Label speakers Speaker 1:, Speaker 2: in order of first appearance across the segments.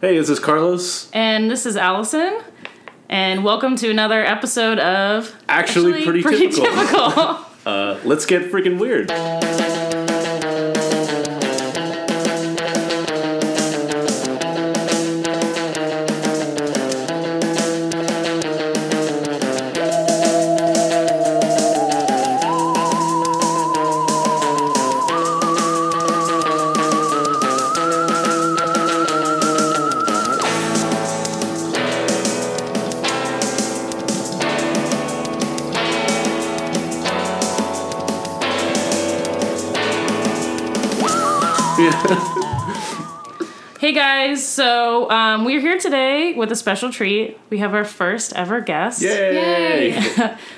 Speaker 1: Hey, this is Carlos.
Speaker 2: And this is Allison. And welcome to another episode of
Speaker 1: Actually Pretty Typical.
Speaker 2: Typical.
Speaker 1: Uh, let's get freaking weird. Yeah.
Speaker 2: hey guys, so um, we're here today with a special treat. We have our first ever guest.
Speaker 1: Yay!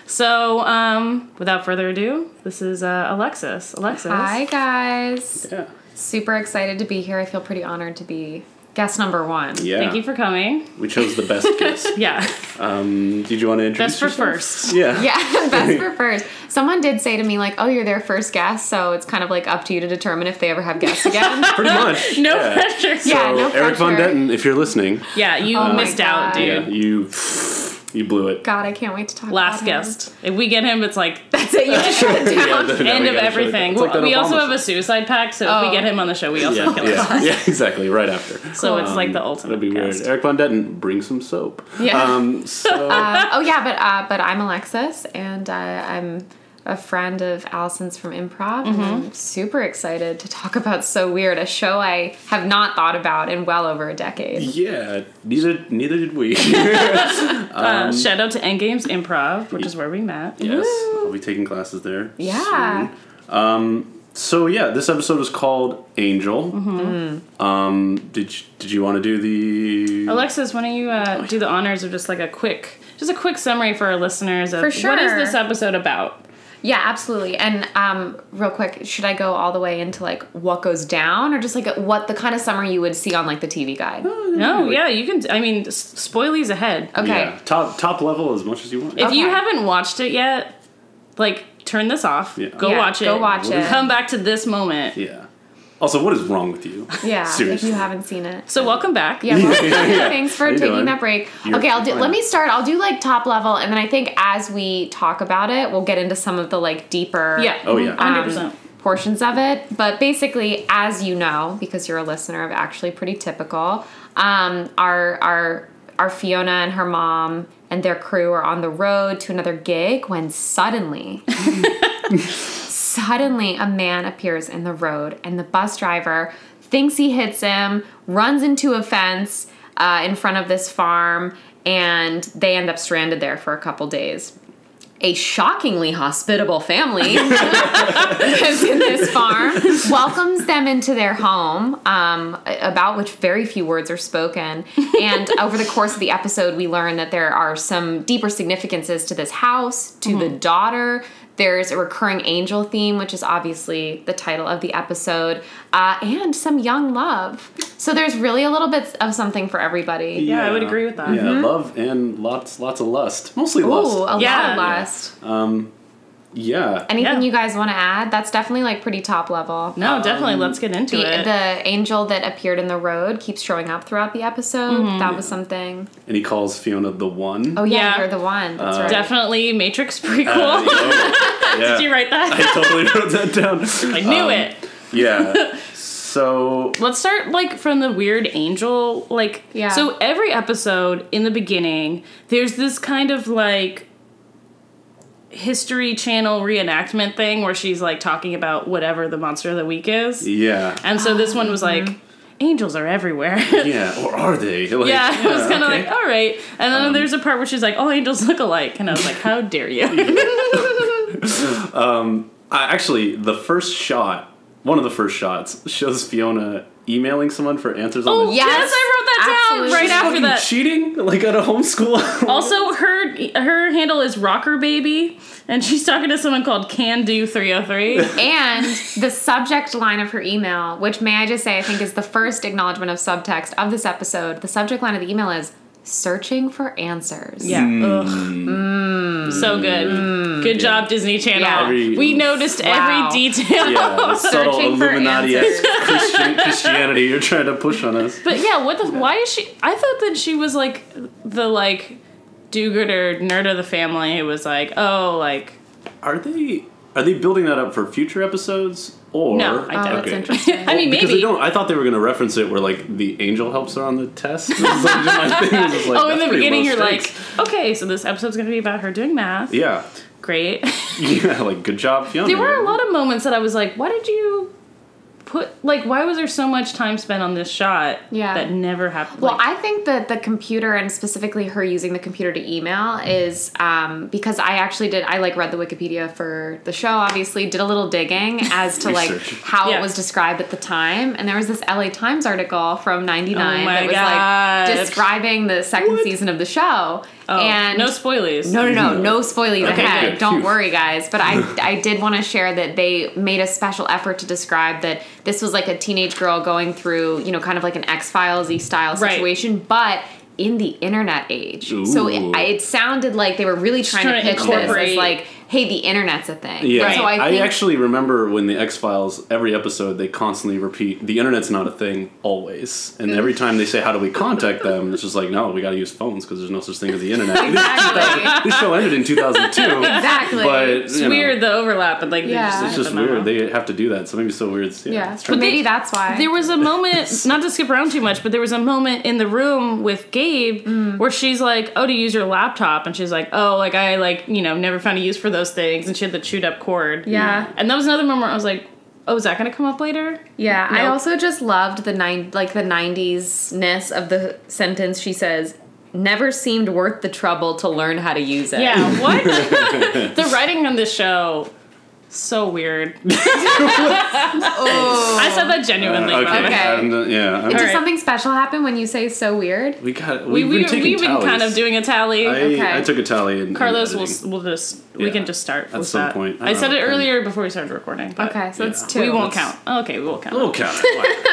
Speaker 2: So, um, without further ado, this is uh, Alexis. Alexis.
Speaker 3: Hi guys.
Speaker 1: Yeah.
Speaker 3: Super excited to be here. I feel pretty honored to be guest number one.
Speaker 1: Yeah.
Speaker 2: Thank you for coming.
Speaker 1: we chose the best guest.
Speaker 2: Yeah,
Speaker 1: Um, did you want to introduce
Speaker 2: that's for
Speaker 1: yourself?
Speaker 2: first.
Speaker 1: Yeah.
Speaker 3: Yeah, best for first. Someone did say to me, like, oh, you're their first guest, so it's kind of like up to you to determine if they ever have guests again.
Speaker 1: Pretty much.
Speaker 2: No
Speaker 1: yeah.
Speaker 2: pressure.
Speaker 3: Yeah.
Speaker 1: So,
Speaker 3: no
Speaker 1: Eric Von
Speaker 3: pressure.
Speaker 1: Detten, if you're listening,
Speaker 2: Yeah, you
Speaker 3: my
Speaker 2: missed out,
Speaker 3: God.
Speaker 2: dude.
Speaker 1: yeah, you you blew it.
Speaker 3: God, I can't wait to talk
Speaker 2: Last
Speaker 3: about him.
Speaker 2: guest. If we get him, it's like
Speaker 3: That's it. You just shut it
Speaker 1: Yeah, no,
Speaker 3: down.
Speaker 1: we
Speaker 2: end of
Speaker 1: gotta shut it down.
Speaker 2: everything.
Speaker 1: It's like that
Speaker 2: we also
Speaker 1: Obama
Speaker 2: have a
Speaker 1: show.
Speaker 2: suicide pact, so if
Speaker 3: Oh.
Speaker 2: we get him on the show, we also
Speaker 1: yeah,
Speaker 2: kill him.
Speaker 1: yeah, yeah, exactly. Right after.
Speaker 2: So it's like the
Speaker 1: Um, That'd
Speaker 2: ultimate. Uh,
Speaker 1: be weird.
Speaker 2: guest.
Speaker 1: Eric Von Detten, bring some soap.
Speaker 3: Yeah.
Speaker 1: Um, so,
Speaker 3: Uh, oh, yeah, but uh, but I'm Alexis, and uh, I'm a friend of Allison's from improv, and I'm super excited to talk about So Weird, a show I have not thought about in well over a decade.
Speaker 1: yeah, neither neither did we.
Speaker 2: Uh, shout out to Endgames Improv, which is where we met.
Speaker 1: Um, Yes, I'll be taking classes there.
Speaker 3: Yeah.
Speaker 1: soon. Um, so yeah, this episode is called Angel.
Speaker 2: Mm-hmm.
Speaker 1: Um, did you, did you want to do the?
Speaker 2: Alexis, why don't you
Speaker 1: Oh,
Speaker 2: uh, do the honors of just like a quick, just a quick summary for our listeners of
Speaker 3: For
Speaker 2: what is
Speaker 3: sure.
Speaker 2: this episode about?
Speaker 3: Yeah, absolutely. And um, real quick, should I go all the way into like what goes down, or just like what the kind of summary you would see on like the TV guide?
Speaker 1: Hmm. Oh,
Speaker 2: No, yeah, you can. I mean, s- spoilies ahead.
Speaker 3: Okay.
Speaker 1: Yeah, top top level as much as you want.
Speaker 2: If you
Speaker 3: Okay.
Speaker 2: haven't watched it yet, like turn this off.
Speaker 1: Yeah.
Speaker 2: Go
Speaker 3: Yeah,
Speaker 2: watch it.
Speaker 3: go watch
Speaker 1: it.
Speaker 2: Come back to this moment.
Speaker 1: yeah. Also, what is wrong with you?
Speaker 3: Yeah,
Speaker 1: Seriously.
Speaker 3: if you haven't seen it.
Speaker 2: So welcome back.
Speaker 3: Yeah, well,
Speaker 1: Yeah.
Speaker 3: thanks
Speaker 1: How
Speaker 3: for
Speaker 1: you
Speaker 3: taking
Speaker 1: doing?
Speaker 3: that break.
Speaker 1: You're
Speaker 3: okay, I'll do.
Speaker 1: fine.
Speaker 3: Let me start. I'll do like top level, and then I think as we talk about it, we'll get into some of the like deeper.
Speaker 2: Yeah.
Speaker 1: Oh, yeah.
Speaker 2: Hundred
Speaker 3: um,
Speaker 2: percent.
Speaker 3: portions of it. But basically, as you know, because you're a listener of actually pretty typical, um, our our our Fiona and her mom and their crew are on the road to another gig when suddenly. Suddenly, a man appears in the road, and the bus driver thinks he hits him, runs into a fence uh, in front of this farm, and they end up stranded there for a couple days. A shockingly hospitable family lives in this farm welcomes them into their home, um, about which very few words are spoken. And over the course of the episode, we learn that there are some deeper significances to this house, to the daughter. There's a recurring angel theme, which is obviously the title of the episode, uh, and some young love. So there's really a little bit of something for everybody.
Speaker 2: Yeah, I would agree with that. Mm-hmm.
Speaker 1: Yeah, love and lots lots of lust, mostly
Speaker 3: Ooh,
Speaker 1: lust.
Speaker 3: a lot
Speaker 2: Yeah.
Speaker 3: of lust.
Speaker 1: yeah.
Speaker 3: Anything
Speaker 2: Yeah.
Speaker 3: you guys want to add? That's definitely like pretty top level.
Speaker 2: No,
Speaker 1: Um,
Speaker 2: definitely. Let's get into
Speaker 3: the,
Speaker 2: it.
Speaker 3: the angel that appeared in the road keeps showing up throughout the episode.
Speaker 2: Mm-hmm.
Speaker 3: That was something.
Speaker 1: and he calls Fiona the one.
Speaker 3: Oh yeah,
Speaker 2: Yeah.
Speaker 3: you're the one. That's right.
Speaker 2: definitely Matrix prequel.
Speaker 1: Uh, yeah. Yeah.
Speaker 2: Did you write that?
Speaker 1: I totally wrote that down.
Speaker 2: I knew
Speaker 1: Um,
Speaker 2: it.
Speaker 1: Yeah. So
Speaker 2: Let's start like from the weird angel like
Speaker 3: Yeah.
Speaker 2: so every episode in the beginning there's this kind of like history channel reenactment thing where she's like talking about whatever the monster of the week is.
Speaker 1: yeah.
Speaker 2: And so this one was like angels are everywhere.
Speaker 1: Yeah, or are they? Like,
Speaker 2: Yeah, I was kind of
Speaker 1: okay.
Speaker 2: like, all right. And then there's a part where she's like, all angels look alike. And I was like, how dare you?
Speaker 1: I, Uh, actually, the first shot, one of the first shots, shows Fiona emailing someone for answers on
Speaker 2: oh,
Speaker 1: the.
Speaker 2: yes, I wrote that down
Speaker 3: absolutely.
Speaker 2: right after
Speaker 1: Fucking
Speaker 2: that.
Speaker 1: cheating like at a homeschool.
Speaker 2: Also, her her handle is Rocker Baby, and she's talking to someone called Can Do Three Hundred Three.
Speaker 3: And the subject line of her email, which may I just say I think is the first acknowledgement of subtext of this episode, the subject line of the email is searching for answers.
Speaker 2: Yeah.
Speaker 1: Hmm.
Speaker 2: Ugh. Mm. So good. Good job, Disney Channel.
Speaker 3: Yeah.
Speaker 1: Every-
Speaker 2: we noticed
Speaker 3: Wow.
Speaker 2: every detail.
Speaker 1: Yeah, the subtle
Speaker 3: Searching for
Speaker 1: Illuminati Christian, Christianity you're trying to push on us.
Speaker 2: But yeah, what the? Why is she? I thought that she was like the like do-gooder nerd of the family who was like, oh, like
Speaker 1: Are they are they building that up for future episodes or?
Speaker 2: No, I
Speaker 3: Oh,
Speaker 2: doubt
Speaker 3: that's
Speaker 1: Okay.
Speaker 3: interesting.
Speaker 2: I mean
Speaker 1: Because they
Speaker 2: maybe.
Speaker 1: don't. I thought they were going to reference it where like the angel helps her on the test. This is like, my thing is just like,
Speaker 2: oh, in
Speaker 1: that's
Speaker 2: the
Speaker 1: pretty
Speaker 2: beginning,
Speaker 1: low
Speaker 2: you're like,
Speaker 1: stakes.
Speaker 2: okay, so this episode's gonna be about her doing math.
Speaker 1: yeah,
Speaker 2: Great.
Speaker 1: yeah, like good job, Fiona.
Speaker 2: there
Speaker 3: Mm-hmm.
Speaker 2: were a lot of moments that I was like, why did you put like why was there so much time spent on this shot
Speaker 3: Yeah.
Speaker 2: that never happened?
Speaker 3: Well,
Speaker 2: like,
Speaker 3: I think that the computer and specifically her using the computer to email is um, because I actually did. I like read the Wikipedia for the show. Obviously, did a little digging as to like
Speaker 1: Research.
Speaker 3: how
Speaker 2: Yeah.
Speaker 3: it was described at the time, and there was this LA Times article from '99
Speaker 2: Oh my
Speaker 3: that was
Speaker 2: God.
Speaker 3: like describing the second season of the show.
Speaker 2: oh,
Speaker 3: and
Speaker 2: no spoilies.
Speaker 3: no, no, no, no spoilies
Speaker 2: Okay,
Speaker 3: ahead.
Speaker 1: good.
Speaker 3: Don't
Speaker 1: Phew.
Speaker 3: worry, guys. But I, I did want to share that they made a special effort to describe that this was like a teenage girl going through, you know, kind of like an X Files y style
Speaker 2: Right.
Speaker 3: situation, but in the internet age. So
Speaker 1: Ooh.
Speaker 3: it, I- it sounded like they were really trying,
Speaker 2: trying to
Speaker 3: to pitch this as
Speaker 2: incorporate-
Speaker 3: like, hey, the internet's a thing.
Speaker 1: Yeah,
Speaker 2: Right.
Speaker 3: So I
Speaker 1: I,
Speaker 3: think
Speaker 1: actually remember when the X Files every episode they constantly repeat the internet's not a thing always, and every time they say how do we contact them, it's just like no, we got to use phones because there's no such thing as the internet.
Speaker 3: Exactly.
Speaker 1: this show ended in 2002,
Speaker 3: exactly.
Speaker 1: but
Speaker 2: It's weird the overlap and like they
Speaker 3: Yeah.
Speaker 2: just
Speaker 1: It's
Speaker 2: hit
Speaker 1: just
Speaker 2: the memo.
Speaker 1: weird. They have to do that. So maybe so weird. It's, yeah,
Speaker 3: yeah.
Speaker 1: it's
Speaker 3: But
Speaker 1: trying to-
Speaker 3: maybe that's why.
Speaker 2: There was a moment, not to skip around too much, but there was a moment in the room with Gabe
Speaker 3: Mm.
Speaker 2: where she's like, "Oh, to use your laptop," and she's like, "Oh, like I like you know never found a use for those things," and she had the chewed up cord.
Speaker 3: Yeah.
Speaker 2: and that was another moment where I was like, "Oh, is that going to come up later?"
Speaker 3: Yeah, I
Speaker 2: Nope.
Speaker 3: also just loved the nine like the nineties ness of the sentence she says, never seemed worth the trouble to learn how to use it.
Speaker 2: Yeah, what? the writing on this show, so weird. I said that genuinely.
Speaker 1: Uh,
Speaker 2: by
Speaker 1: okay.
Speaker 2: the way.
Speaker 3: Okay.
Speaker 1: I'm not- yeah. I'm-
Speaker 3: Did
Speaker 2: Alright.
Speaker 3: something special happen when you say so weird?
Speaker 1: we got.
Speaker 2: We,
Speaker 1: We've been
Speaker 2: we, we've been,
Speaker 1: taking tallies.
Speaker 2: kind of doing a tally.
Speaker 1: I,
Speaker 3: Okay.
Speaker 1: I took a tally. In, in
Speaker 2: Carlos,
Speaker 1: editing.
Speaker 2: we'll, s- we'll just, we
Speaker 1: Yeah.
Speaker 2: can just start
Speaker 1: At
Speaker 2: with
Speaker 1: some
Speaker 2: that.
Speaker 1: point. I
Speaker 2: I, said
Speaker 1: don't
Speaker 2: it
Speaker 1: know.
Speaker 2: earlier before we started recording. but-
Speaker 3: Okay, so it's
Speaker 1: yeah.
Speaker 3: two.
Speaker 2: We won't
Speaker 1: That's-
Speaker 2: count. Okay, we won't count.
Speaker 1: We'll count. it.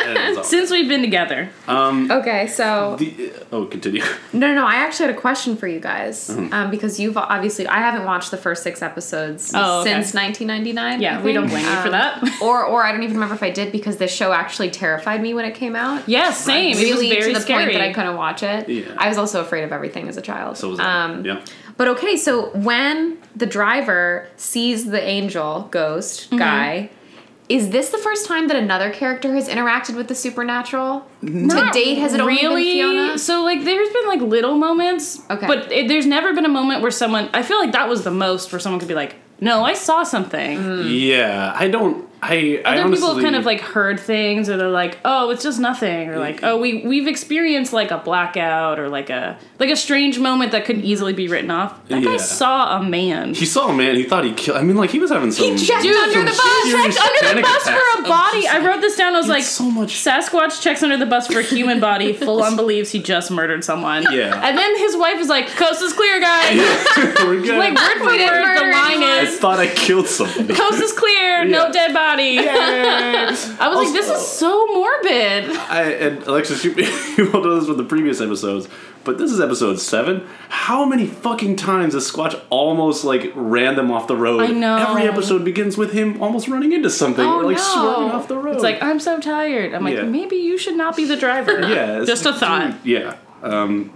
Speaker 1: Wow.
Speaker 2: Since we've been together,
Speaker 3: Okay, so
Speaker 1: The- oh, continue.
Speaker 3: no, no, no. I actually had a question for you guys
Speaker 2: Mm-hmm.
Speaker 3: um, because you've obviously I haven't watched the first six episodes
Speaker 2: Oh, okay.
Speaker 3: since 1999.
Speaker 2: yeah,
Speaker 3: I
Speaker 2: we don't
Speaker 3: think.
Speaker 2: blame you for
Speaker 3: Um,
Speaker 2: that.
Speaker 3: Or, or I don't even remember if I did because this show actually terrified me when it came out.
Speaker 2: yes, same.
Speaker 3: really
Speaker 2: it was very
Speaker 3: to the
Speaker 2: scary.
Speaker 3: point that I couldn't watch it.
Speaker 1: Yeah.
Speaker 3: I was also afraid of everything as a child.
Speaker 1: So was I.
Speaker 3: um,
Speaker 1: yeah.
Speaker 3: But okay, so when the driver sees the angel ghost
Speaker 2: Mm-hmm.
Speaker 3: guy, is this the first time that another character has interacted with the supernatural? to date, has it only been
Speaker 2: really?
Speaker 3: Fiona?
Speaker 2: So like, there's been like little moments.
Speaker 3: Okay.
Speaker 2: But it, there's never been a moment where someone. I feel like that was the most where someone could be like, "No, I saw something."
Speaker 3: Mm.
Speaker 1: Yeah. I don't. I. I
Speaker 2: Mm. Other people have
Speaker 1: honestly-
Speaker 2: kind of like heard things, or they're like, "Oh, it's just nothing," or like, "Oh, we we've experienced like a blackout or like a like a strange moment that could easily be written off." That guy
Speaker 1: Yeah.
Speaker 2: saw a man.
Speaker 1: He saw a man. He thought he killed. I mean, like he was having some.
Speaker 3: checked
Speaker 1: some
Speaker 3: under the bus,
Speaker 1: serious
Speaker 2: checked under the
Speaker 1: panic
Speaker 2: bus for a
Speaker 1: attacks. Oh,
Speaker 2: body. I wrote this down. I was like,
Speaker 1: so much-
Speaker 2: Sasquatch checks under the bus for a human body. Full on believes he just murdered someone.
Speaker 1: Yeah.
Speaker 2: And then his wife is like, "Coast is clear, guys."
Speaker 1: We're good.
Speaker 2: Like word for
Speaker 3: We didn't
Speaker 2: word, the
Speaker 3: murder
Speaker 2: line
Speaker 1: I
Speaker 2: is,
Speaker 1: thought I killed somebody.
Speaker 2: "Coast is clear, no
Speaker 1: Yeah.
Speaker 2: dead body." I was like, "This is so morbid."
Speaker 1: I, and Alexis, you, you all know this from the previous episodes, but this is episode seven. How many fucking times has Squatch almost like ran them off the road?
Speaker 2: I know.
Speaker 1: Every episode begins with him almost running into something,
Speaker 3: Oh,
Speaker 1: or, like
Speaker 3: no.
Speaker 1: swerving off the road.
Speaker 2: It's like I'm so tired. I'm like,
Speaker 1: Yeah.
Speaker 2: maybe you should not be the driver.
Speaker 1: yeah, it's
Speaker 2: just a
Speaker 1: like,
Speaker 2: thought.
Speaker 1: dude, yeah, um,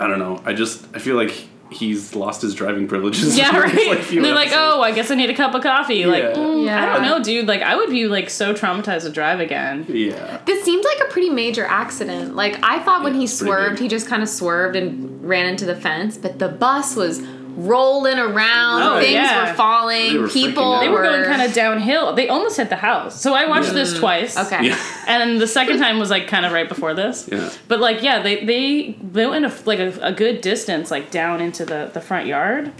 Speaker 1: I don't know. I just I feel like he's lost his driving privileges.
Speaker 2: Yeah,
Speaker 1: It's
Speaker 2: right.
Speaker 1: few
Speaker 2: and they're like,
Speaker 1: episodes.
Speaker 2: oh, I guess I need a cup of coffee. Like,
Speaker 1: Yeah.
Speaker 2: mm, I
Speaker 3: Yeah.
Speaker 2: don't know, dude. Like, I would be like so traumatized to drive again.
Speaker 1: yeah.
Speaker 3: This seemed like a pretty major accident. Like I thought when
Speaker 1: Yeah,
Speaker 3: he
Speaker 1: it's pretty
Speaker 3: swerved,
Speaker 1: big.
Speaker 3: he just kind of swerved and ran into the fence, but the bus was rolling around,
Speaker 2: Oh,
Speaker 3: things
Speaker 2: yeah.
Speaker 3: were falling,
Speaker 1: They were freaking
Speaker 3: people
Speaker 1: out.
Speaker 2: They were going kind of downhill. They almost hit the house. So I watched
Speaker 1: Yeah.
Speaker 2: this twice.
Speaker 3: Okay.
Speaker 1: Yeah.
Speaker 2: And the second time was like kind of right before this.
Speaker 1: Yeah.
Speaker 2: But like, yeah, they they they went a, like a, a good distance, like down into the the front yard,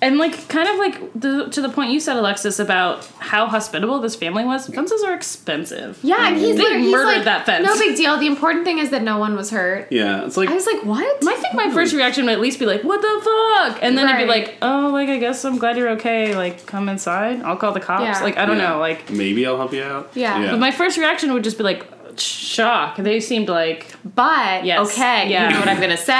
Speaker 2: and like kind of like the, to the point you said, Alexis, about how hospitable this family was. Fences are expensive.
Speaker 3: Yeah, and he's
Speaker 2: They
Speaker 3: literally he's
Speaker 2: murdered
Speaker 3: like,
Speaker 2: that fence.
Speaker 3: No big deal. The important thing is that no one was hurt.
Speaker 1: Yeah, it's like
Speaker 3: I was like, what?
Speaker 2: I think my first reaction would at least be like, "What the fuck?" And then I'd be
Speaker 3: Right.
Speaker 2: like, "Oh, like I guess I'm glad you're okay. Like come inside. I'll call the cops.
Speaker 3: Yeah.
Speaker 2: Like I don't
Speaker 1: yeah.
Speaker 2: know. Like
Speaker 1: maybe I'll help you out.
Speaker 3: Yeah.
Speaker 2: But my first reaction would just be like, shock. They seemed like
Speaker 3: But
Speaker 2: Yes.
Speaker 3: okay,
Speaker 2: Yeah.
Speaker 3: you know what I'm gonna say,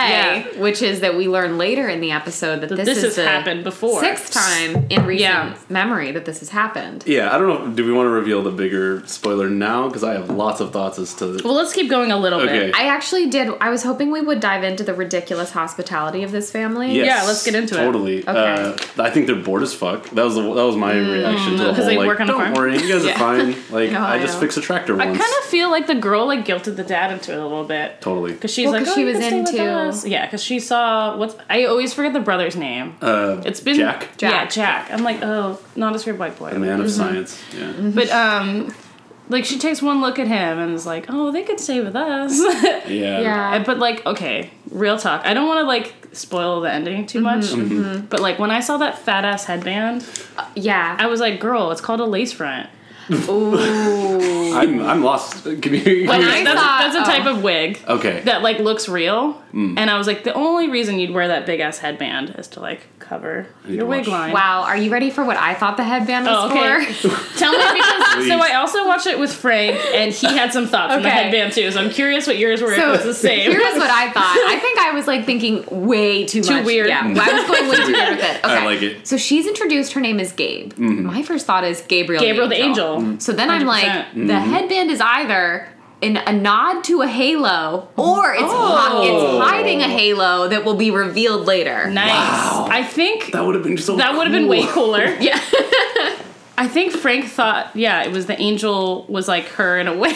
Speaker 2: Yeah.
Speaker 3: which is that we learn later in the episode that this,
Speaker 2: this
Speaker 3: is
Speaker 2: has
Speaker 3: the
Speaker 2: happened before.
Speaker 3: sixth time in recent
Speaker 2: Yeah.
Speaker 3: memory that this has happened.
Speaker 1: Yeah, I don't know. Do we want to reveal the bigger spoiler now? Because I have lots of thoughts as to.
Speaker 2: Well, let's keep going a little
Speaker 1: Okay.
Speaker 2: bit.
Speaker 3: I actually did. I was hoping we would dive into the ridiculous hospitality of this family.
Speaker 1: Yes,
Speaker 2: yeah, let's get into it.
Speaker 1: totally.
Speaker 3: Okay.
Speaker 1: Uh, I think they're bored as fuck. That was the, that was my reaction to the
Speaker 2: 'cause
Speaker 1: whole
Speaker 2: Mm, they
Speaker 1: like.
Speaker 2: work on a
Speaker 1: Don't
Speaker 2: farm."
Speaker 1: worry, you guys
Speaker 3: Yeah.
Speaker 1: are fine. Like
Speaker 3: No,
Speaker 1: I,
Speaker 3: I
Speaker 1: just
Speaker 3: know.
Speaker 1: fixed a tractor
Speaker 2: I
Speaker 1: once.
Speaker 2: kind of feel like the girl like guilted the dad into it a little bit.
Speaker 1: totally.
Speaker 2: Cause she's
Speaker 3: Well,
Speaker 2: like,
Speaker 3: 'cause
Speaker 2: oh,
Speaker 3: she
Speaker 2: you
Speaker 3: was
Speaker 2: can stay with
Speaker 3: into-
Speaker 2: us. yeah, cause she saw what's I always forget the brother's name.
Speaker 1: Uh,
Speaker 2: It's been
Speaker 1: Jack,
Speaker 2: Yeah,
Speaker 3: Jack.
Speaker 2: Jack. I'm like, oh, not as weird white boy.
Speaker 1: a man of science. Yeah.
Speaker 2: But um, like she takes one look at him and is like, oh, they could stay with us.
Speaker 1: yeah,
Speaker 3: Yeah.
Speaker 2: but like, okay, real talk. I don't want to like spoil the ending
Speaker 3: Mm-hmm.
Speaker 2: too much.
Speaker 1: Mm-hmm.
Speaker 2: But like when I saw that fat ass headband,
Speaker 3: yeah.
Speaker 2: I was like, girl, it's called a lace front.
Speaker 3: Ooh.
Speaker 1: I'm I'm lost. Uh, Can you?
Speaker 3: When
Speaker 2: That's,
Speaker 3: I
Speaker 2: that's
Speaker 3: saw-
Speaker 2: a, that's a type
Speaker 3: oh.
Speaker 2: of wig.
Speaker 1: okay.
Speaker 2: that like looks real.
Speaker 1: Mm.
Speaker 2: And I was like, the only reason you'd wear that big ass headband is to like cover
Speaker 1: need
Speaker 2: your
Speaker 1: to
Speaker 2: wig
Speaker 1: watch.
Speaker 2: line.
Speaker 3: wow. Are you ready for what I thought the headband was
Speaker 2: Oh, okay.
Speaker 3: for?
Speaker 2: Tell me because
Speaker 1: Please.
Speaker 2: so I also watched it with Frank and he had some thoughts on the
Speaker 3: Okay.
Speaker 2: headband too. So I'm curious what yours were if it was the same.
Speaker 3: Here was what I thought. I think I was like thinking way too,
Speaker 2: Too
Speaker 3: much.
Speaker 2: weird.
Speaker 3: Yeah, I was going way too weird with it. Okay.
Speaker 1: I like it.
Speaker 3: So she's introduced. Her name is Gabe. My first thought is Gabriel.
Speaker 2: Gabriel the angel.
Speaker 1: Mm.
Speaker 3: So then I'm like,
Speaker 2: 100%.
Speaker 3: the headband is either in a nod to a halo, or it's hi-
Speaker 2: Oh.
Speaker 3: it's hiding a halo that will be revealed later.
Speaker 2: Nice.
Speaker 1: Wow.
Speaker 2: I think
Speaker 1: That would have been so.
Speaker 2: that would have been way
Speaker 1: cool.
Speaker 2: cooler.
Speaker 3: Yeah.
Speaker 2: I think Frank thought, yeah, it was the angel was like her in a way. or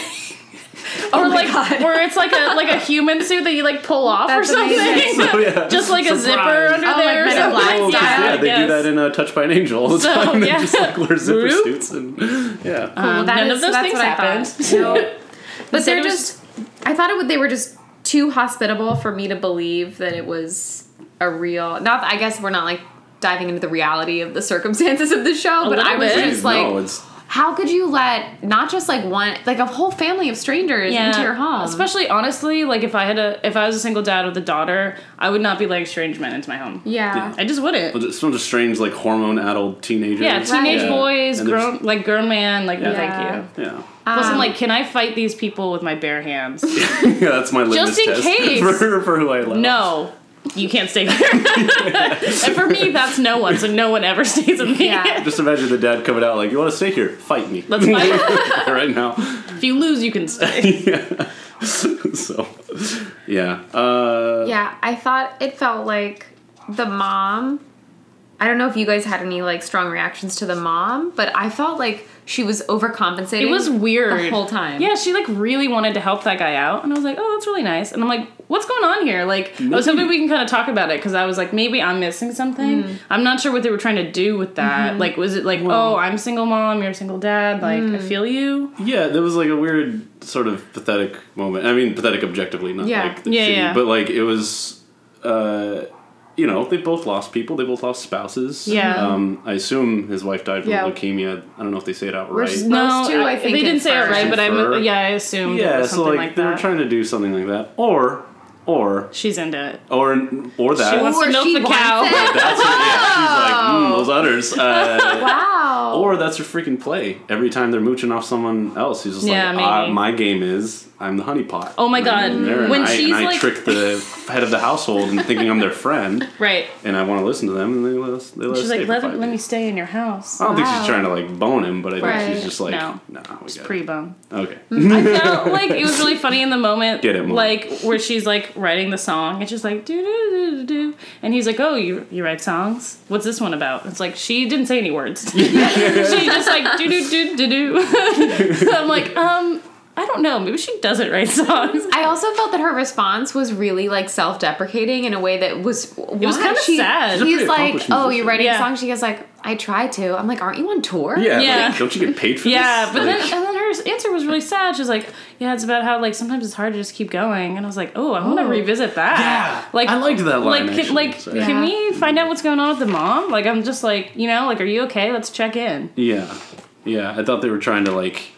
Speaker 3: Oh my
Speaker 2: like
Speaker 3: God.
Speaker 2: or it's like a like a human suit that you like pull off
Speaker 3: That's
Speaker 2: or something.
Speaker 3: amazing.
Speaker 1: Oh, yeah.
Speaker 2: Just like a
Speaker 1: Surprise.
Speaker 2: zipper under
Speaker 3: Oh, like
Speaker 2: there. or
Speaker 3: Men in Black
Speaker 2: something.
Speaker 1: Oh, 'cause,
Speaker 3: style,
Speaker 1: yeah,
Speaker 2: I
Speaker 1: they do
Speaker 2: guess.
Speaker 1: that in uh, Touched by an Angel all the
Speaker 2: So,
Speaker 1: time. They
Speaker 2: yeah. Uh,
Speaker 1: just like wear zipper
Speaker 2: Whooped.
Speaker 1: suits and yeah.
Speaker 3: Well, that
Speaker 2: none
Speaker 3: is-
Speaker 2: of those
Speaker 3: that's
Speaker 2: things
Speaker 3: what I
Speaker 2: happened.
Speaker 3: thought. No. but
Speaker 2: said
Speaker 3: they're
Speaker 2: it was-
Speaker 3: just. I thought it would. They were just too hospitable for me to believe that it was a real. Not. I guess we're not like diving into the reality of the circumstances of the show, but
Speaker 2: little
Speaker 3: I was
Speaker 2: bit.
Speaker 3: just like,
Speaker 1: no, it's
Speaker 3: how could you let not just like one, like a whole family of strangers into your home?
Speaker 2: Especially honestly, like if I had a if I was a single dad with a daughter, I would not be letting strange men into my home.
Speaker 3: yeah.
Speaker 2: I just wouldn't.
Speaker 1: it's some just strange like hormone addled teenagers.
Speaker 2: Yeah, teenage
Speaker 1: Yeah.
Speaker 2: boys,
Speaker 1: And they're
Speaker 2: grown like grown man, like no
Speaker 1: Yeah.
Speaker 2: thank you.
Speaker 1: just- Yeah.
Speaker 2: Plus I'm
Speaker 3: Um,
Speaker 2: like, can I fight these people with my bare hands?
Speaker 1: yeah, that's my litmus
Speaker 2: Just in
Speaker 1: test
Speaker 2: case.
Speaker 1: for, for who I love.
Speaker 2: no. You can't stay here. and for me, that's no one, so no one ever stays with me.
Speaker 3: Yeah.
Speaker 1: Just imagine the dad coming out like, "You want to stay here? Fight me
Speaker 2: Let's fight.
Speaker 1: right now."
Speaker 2: if you lose, you can stay.
Speaker 1: so, yeah, uh,
Speaker 3: Yeah, I thought it felt like the mom. I don't know if you guys had any like strong reactions to the mom, but I felt like she was overcompensating.
Speaker 2: It was weird
Speaker 3: the whole time.
Speaker 2: Yeah, she like really wanted to help that guy out, and I was like, oh, that's really nice. And I'm like, what's going on here? Like, I was hoping we can kind of talk about it because I was like, maybe I'm missing something.
Speaker 3: Mm-hmm.
Speaker 2: I'm not sure what they were trying to do with that. Like, was it like, oh, I'm single mom, you're a single dad? Like, I
Speaker 3: Mm.
Speaker 2: feel you.
Speaker 1: yeah, there was like a weird sort of pathetic moment. I mean, pathetic objectively, not
Speaker 3: Yeah.
Speaker 1: like the
Speaker 2: Yeah,
Speaker 1: shitty,
Speaker 2: yeah.
Speaker 1: but like it was, uh, you know, they both lost people. They both lost spouses.
Speaker 2: Yeah.
Speaker 1: um, I assume his wife died from
Speaker 3: Yeah.
Speaker 1: leukemia. I don't know if they say it outright.
Speaker 3: Which is Most two, I think,
Speaker 2: they didn't say it
Speaker 3: infer.
Speaker 2: right, but I
Speaker 1: Infer.
Speaker 2: yeah, I assumed it
Speaker 1: yeah,
Speaker 2: was
Speaker 1: so
Speaker 2: something
Speaker 1: like,
Speaker 2: like,
Speaker 1: they
Speaker 2: that.
Speaker 1: were trying to do something like that, or, or,
Speaker 2: She's into it.
Speaker 1: or, or that.
Speaker 2: She wants
Speaker 3: Or
Speaker 2: to milk
Speaker 3: she
Speaker 2: the
Speaker 3: wants
Speaker 2: cow.
Speaker 3: it.
Speaker 1: That's what, yeah, she's like, mm, those udders. Uh,
Speaker 3: Wow.
Speaker 1: Or that's her freaking play. Every time they're mooching off someone else, he's just
Speaker 2: Yeah,
Speaker 1: like, "Ah,
Speaker 2: maybe.
Speaker 1: my game is I'm the honeypot.
Speaker 2: Oh my
Speaker 1: And I
Speaker 2: God.
Speaker 1: go in there and
Speaker 2: When
Speaker 1: I,
Speaker 2: she's
Speaker 1: and I
Speaker 2: like-
Speaker 1: trick the head of the household and thinking I'm their friend,
Speaker 2: Right.
Speaker 1: and I want to listen to them, and they let us. They let us
Speaker 2: She's
Speaker 1: stay
Speaker 2: like,
Speaker 1: for
Speaker 2: let,
Speaker 1: five
Speaker 2: let me
Speaker 1: days."
Speaker 2: stay in your house.
Speaker 1: I don't think
Speaker 3: Wow.
Speaker 1: she's trying to like bone him, but I think
Speaker 3: Right.
Speaker 1: she's just like,
Speaker 2: No. Mm-hmm.
Speaker 1: nah, we got
Speaker 2: Pre
Speaker 1: it."
Speaker 2: bum.
Speaker 1: Okay,
Speaker 2: I felt like it was really funny in the moment.
Speaker 1: Get it, Mom.
Speaker 2: Like where she's like writing the song and she's like do do do do do, and he's like, "Oh, you you write songs? What's this one about?" It's like she didn't say any words. she just like do do do do do. So I'm like, um, I don't know. Maybe she doesn't write songs.
Speaker 3: I also felt that her response was really like self-deprecating in a way that was. It
Speaker 2: was kinda sad.
Speaker 1: She's a
Speaker 3: He's
Speaker 1: pretty
Speaker 3: like,
Speaker 1: accomplished
Speaker 3: "Oh, you're
Speaker 1: musician.
Speaker 3: writing
Speaker 2: Yeah.
Speaker 3: a song." She goes like, "I try to." I'm like, "Aren't you on tour?"
Speaker 1: yeah,
Speaker 2: Yeah.
Speaker 1: Like, don't you get paid for
Speaker 2: Yeah,
Speaker 1: this?
Speaker 2: but then
Speaker 1: Like,
Speaker 2: and then her answer was really sad. She's like, "Yeah, it's about how like sometimes it's hard to just keep going." And I was like, "Oh, I want to
Speaker 3: Oh.
Speaker 2: revisit that."
Speaker 1: Yeah. I liked that line,
Speaker 2: Like, can,
Speaker 1: actually.
Speaker 2: like,
Speaker 1: Sorry.
Speaker 2: can
Speaker 3: Yeah.
Speaker 2: we find out what's going on with the mom? Like, I'm just like, you know, like, are you okay? Let's check in.
Speaker 1: Yeah, yeah. I thought they were trying to like.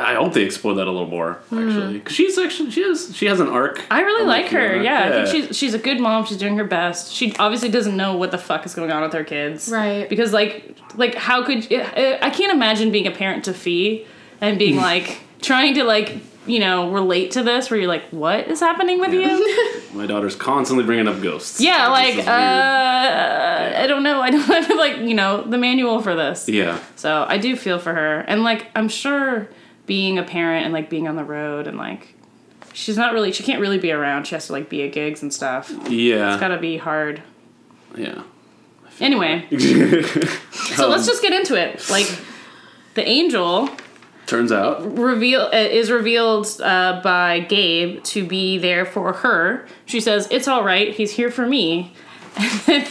Speaker 1: I hope they explore that a little more
Speaker 2: Hmm.
Speaker 1: actually, 'Cause she's actually she has she has an arc.
Speaker 2: I really
Speaker 1: I'm
Speaker 2: like
Speaker 1: with you on
Speaker 2: her.
Speaker 1: that.
Speaker 2: Yeah, I think she's she's a good mom. She's doing her best. She obviously doesn't know what the fuck is going on with her kids,
Speaker 3: Right.
Speaker 2: Because like, like, uh, how could I I can't imagine being a parent to Fee and being like trying to like you know, relate to this where you're like, what is happening with you?
Speaker 1: My daughter's constantly bringing up ghosts.
Speaker 2: Yeah,
Speaker 1: This
Speaker 2: like,
Speaker 1: is
Speaker 2: uh, I don't know. I don't have, like, you know, the manual for this.
Speaker 1: weird. yeah.
Speaker 2: So I do feel for her. And, like, I'm sure being a parent and, like, being on the road and, like, she's not really, she can't really be around. She has to, like, be at gigs and stuff.
Speaker 1: Yeah.
Speaker 2: It's gotta be hard.
Speaker 1: yeah. Um,
Speaker 2: Anyway, so let's just get into it. Like, the angel
Speaker 1: Turns out,
Speaker 2: reveal uh, is revealed uh, by Gabe to be there for her. She says, "It's all right. He's here for me," and then,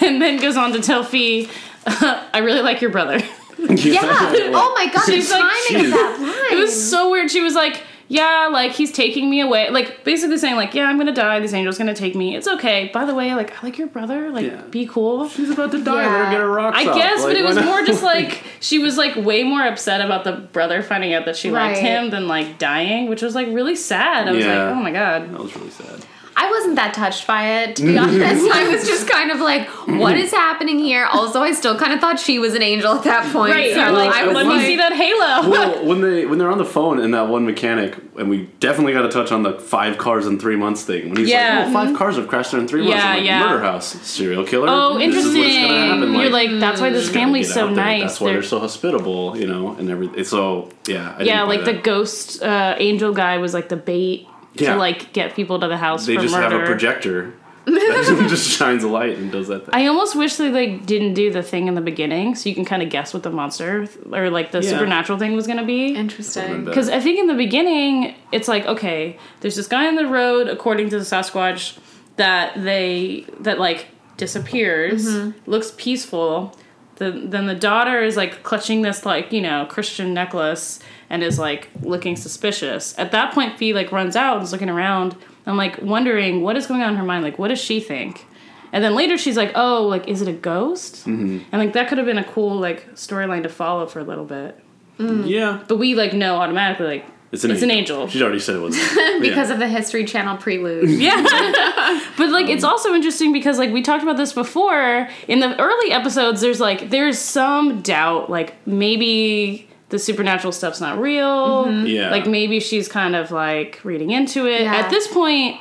Speaker 2: and then goes on to tell Fee, "I really like your brother."
Speaker 3: Yeah. oh my god, the
Speaker 2: She's like,
Speaker 3: timing of that
Speaker 2: It
Speaker 3: line.
Speaker 2: was so weird. She was like, "Yeah, like he's taking me away," like basically saying, "Like, yeah, I'm gonna die. This angel's gonna take me. It's okay. By the way, like I like your brother. Like,
Speaker 1: Yeah.
Speaker 2: be cool."
Speaker 1: She's about to die. Let
Speaker 3: Yeah.
Speaker 1: her get her rocks
Speaker 2: I
Speaker 1: off.
Speaker 2: guess,
Speaker 1: Like,
Speaker 2: but it
Speaker 1: why
Speaker 2: was
Speaker 1: not?
Speaker 2: more just like she was like way more upset about the brother finding out that she liked
Speaker 3: Right.
Speaker 2: him than like dying, which was like really sad. I was
Speaker 1: Yeah.
Speaker 2: like, oh my god.
Speaker 1: That was really sad.
Speaker 3: I wasn't that touched by it, to be honest. I was just kind of like, what is happening here? Also, I still kind of thought she was an angel at that point.
Speaker 2: Right,
Speaker 3: so
Speaker 2: you're like,
Speaker 3: I was
Speaker 2: let me
Speaker 3: like-
Speaker 2: see that halo.
Speaker 1: well, when they when they're on the phone and that one mechanic, and we definitely got to touch on the five cars in three months thing. When he's
Speaker 2: Yeah. Mm-hmm.
Speaker 1: like, oh, five cars have crashed there in three months.
Speaker 2: Yeah,
Speaker 1: I'm like,
Speaker 2: yeah.
Speaker 1: murder house, serial killer.
Speaker 2: oh,
Speaker 1: This is
Speaker 2: interesting.
Speaker 1: what's gonna happen,
Speaker 2: You're like, that's why this
Speaker 1: "Just gotta
Speaker 2: family's
Speaker 1: get
Speaker 2: so
Speaker 1: out there.
Speaker 2: nice.
Speaker 1: That's why
Speaker 2: They're-
Speaker 1: they're, so hospitable, you know, and everything. So yeah, I
Speaker 2: yeah,
Speaker 1: didn't buy
Speaker 2: like the
Speaker 1: that.
Speaker 2: ghost uh, angel guy was like the bait
Speaker 1: Yeah.
Speaker 2: to like get people to the house
Speaker 1: they
Speaker 2: for
Speaker 1: just
Speaker 2: murder.
Speaker 1: have a projector that just shines a light and does that thing.
Speaker 2: I almost wish they like didn't do the thing in the beginning, so you can kind of guess what the monster or like the
Speaker 1: Yeah.
Speaker 2: supernatural thing was gonna be.
Speaker 1: uh,
Speaker 3: Interesting.
Speaker 2: Because I think in the beginning, it's like okay, there's this guy on the road, according to the Sasquatch, that they that like disappears, looks peaceful. The, then the daughter is like clutching this like you know Christian necklace and is like looking suspicious. At that point, Fee like runs out and is looking around and like wondering what is going on in her mind. Like what does she think? And then later she's like, oh, like is it a ghost? Mm-hmm. And like that could have been a cool like storyline to follow for a little bit.
Speaker 1: yeah,
Speaker 2: But we like know automatically like
Speaker 1: it's an
Speaker 2: um, it's an angel.
Speaker 1: She's already said it was
Speaker 3: Because of the History Channel prelude.
Speaker 2: Yeah. but like it's also interesting because like we talked about this before in the early episodes there's like there's some doubt like maybe the supernatural stuff's not real.
Speaker 1: Mm-hmm. yeah,
Speaker 2: Like maybe she's kind of like reading into it.
Speaker 3: Yeah.
Speaker 2: At this point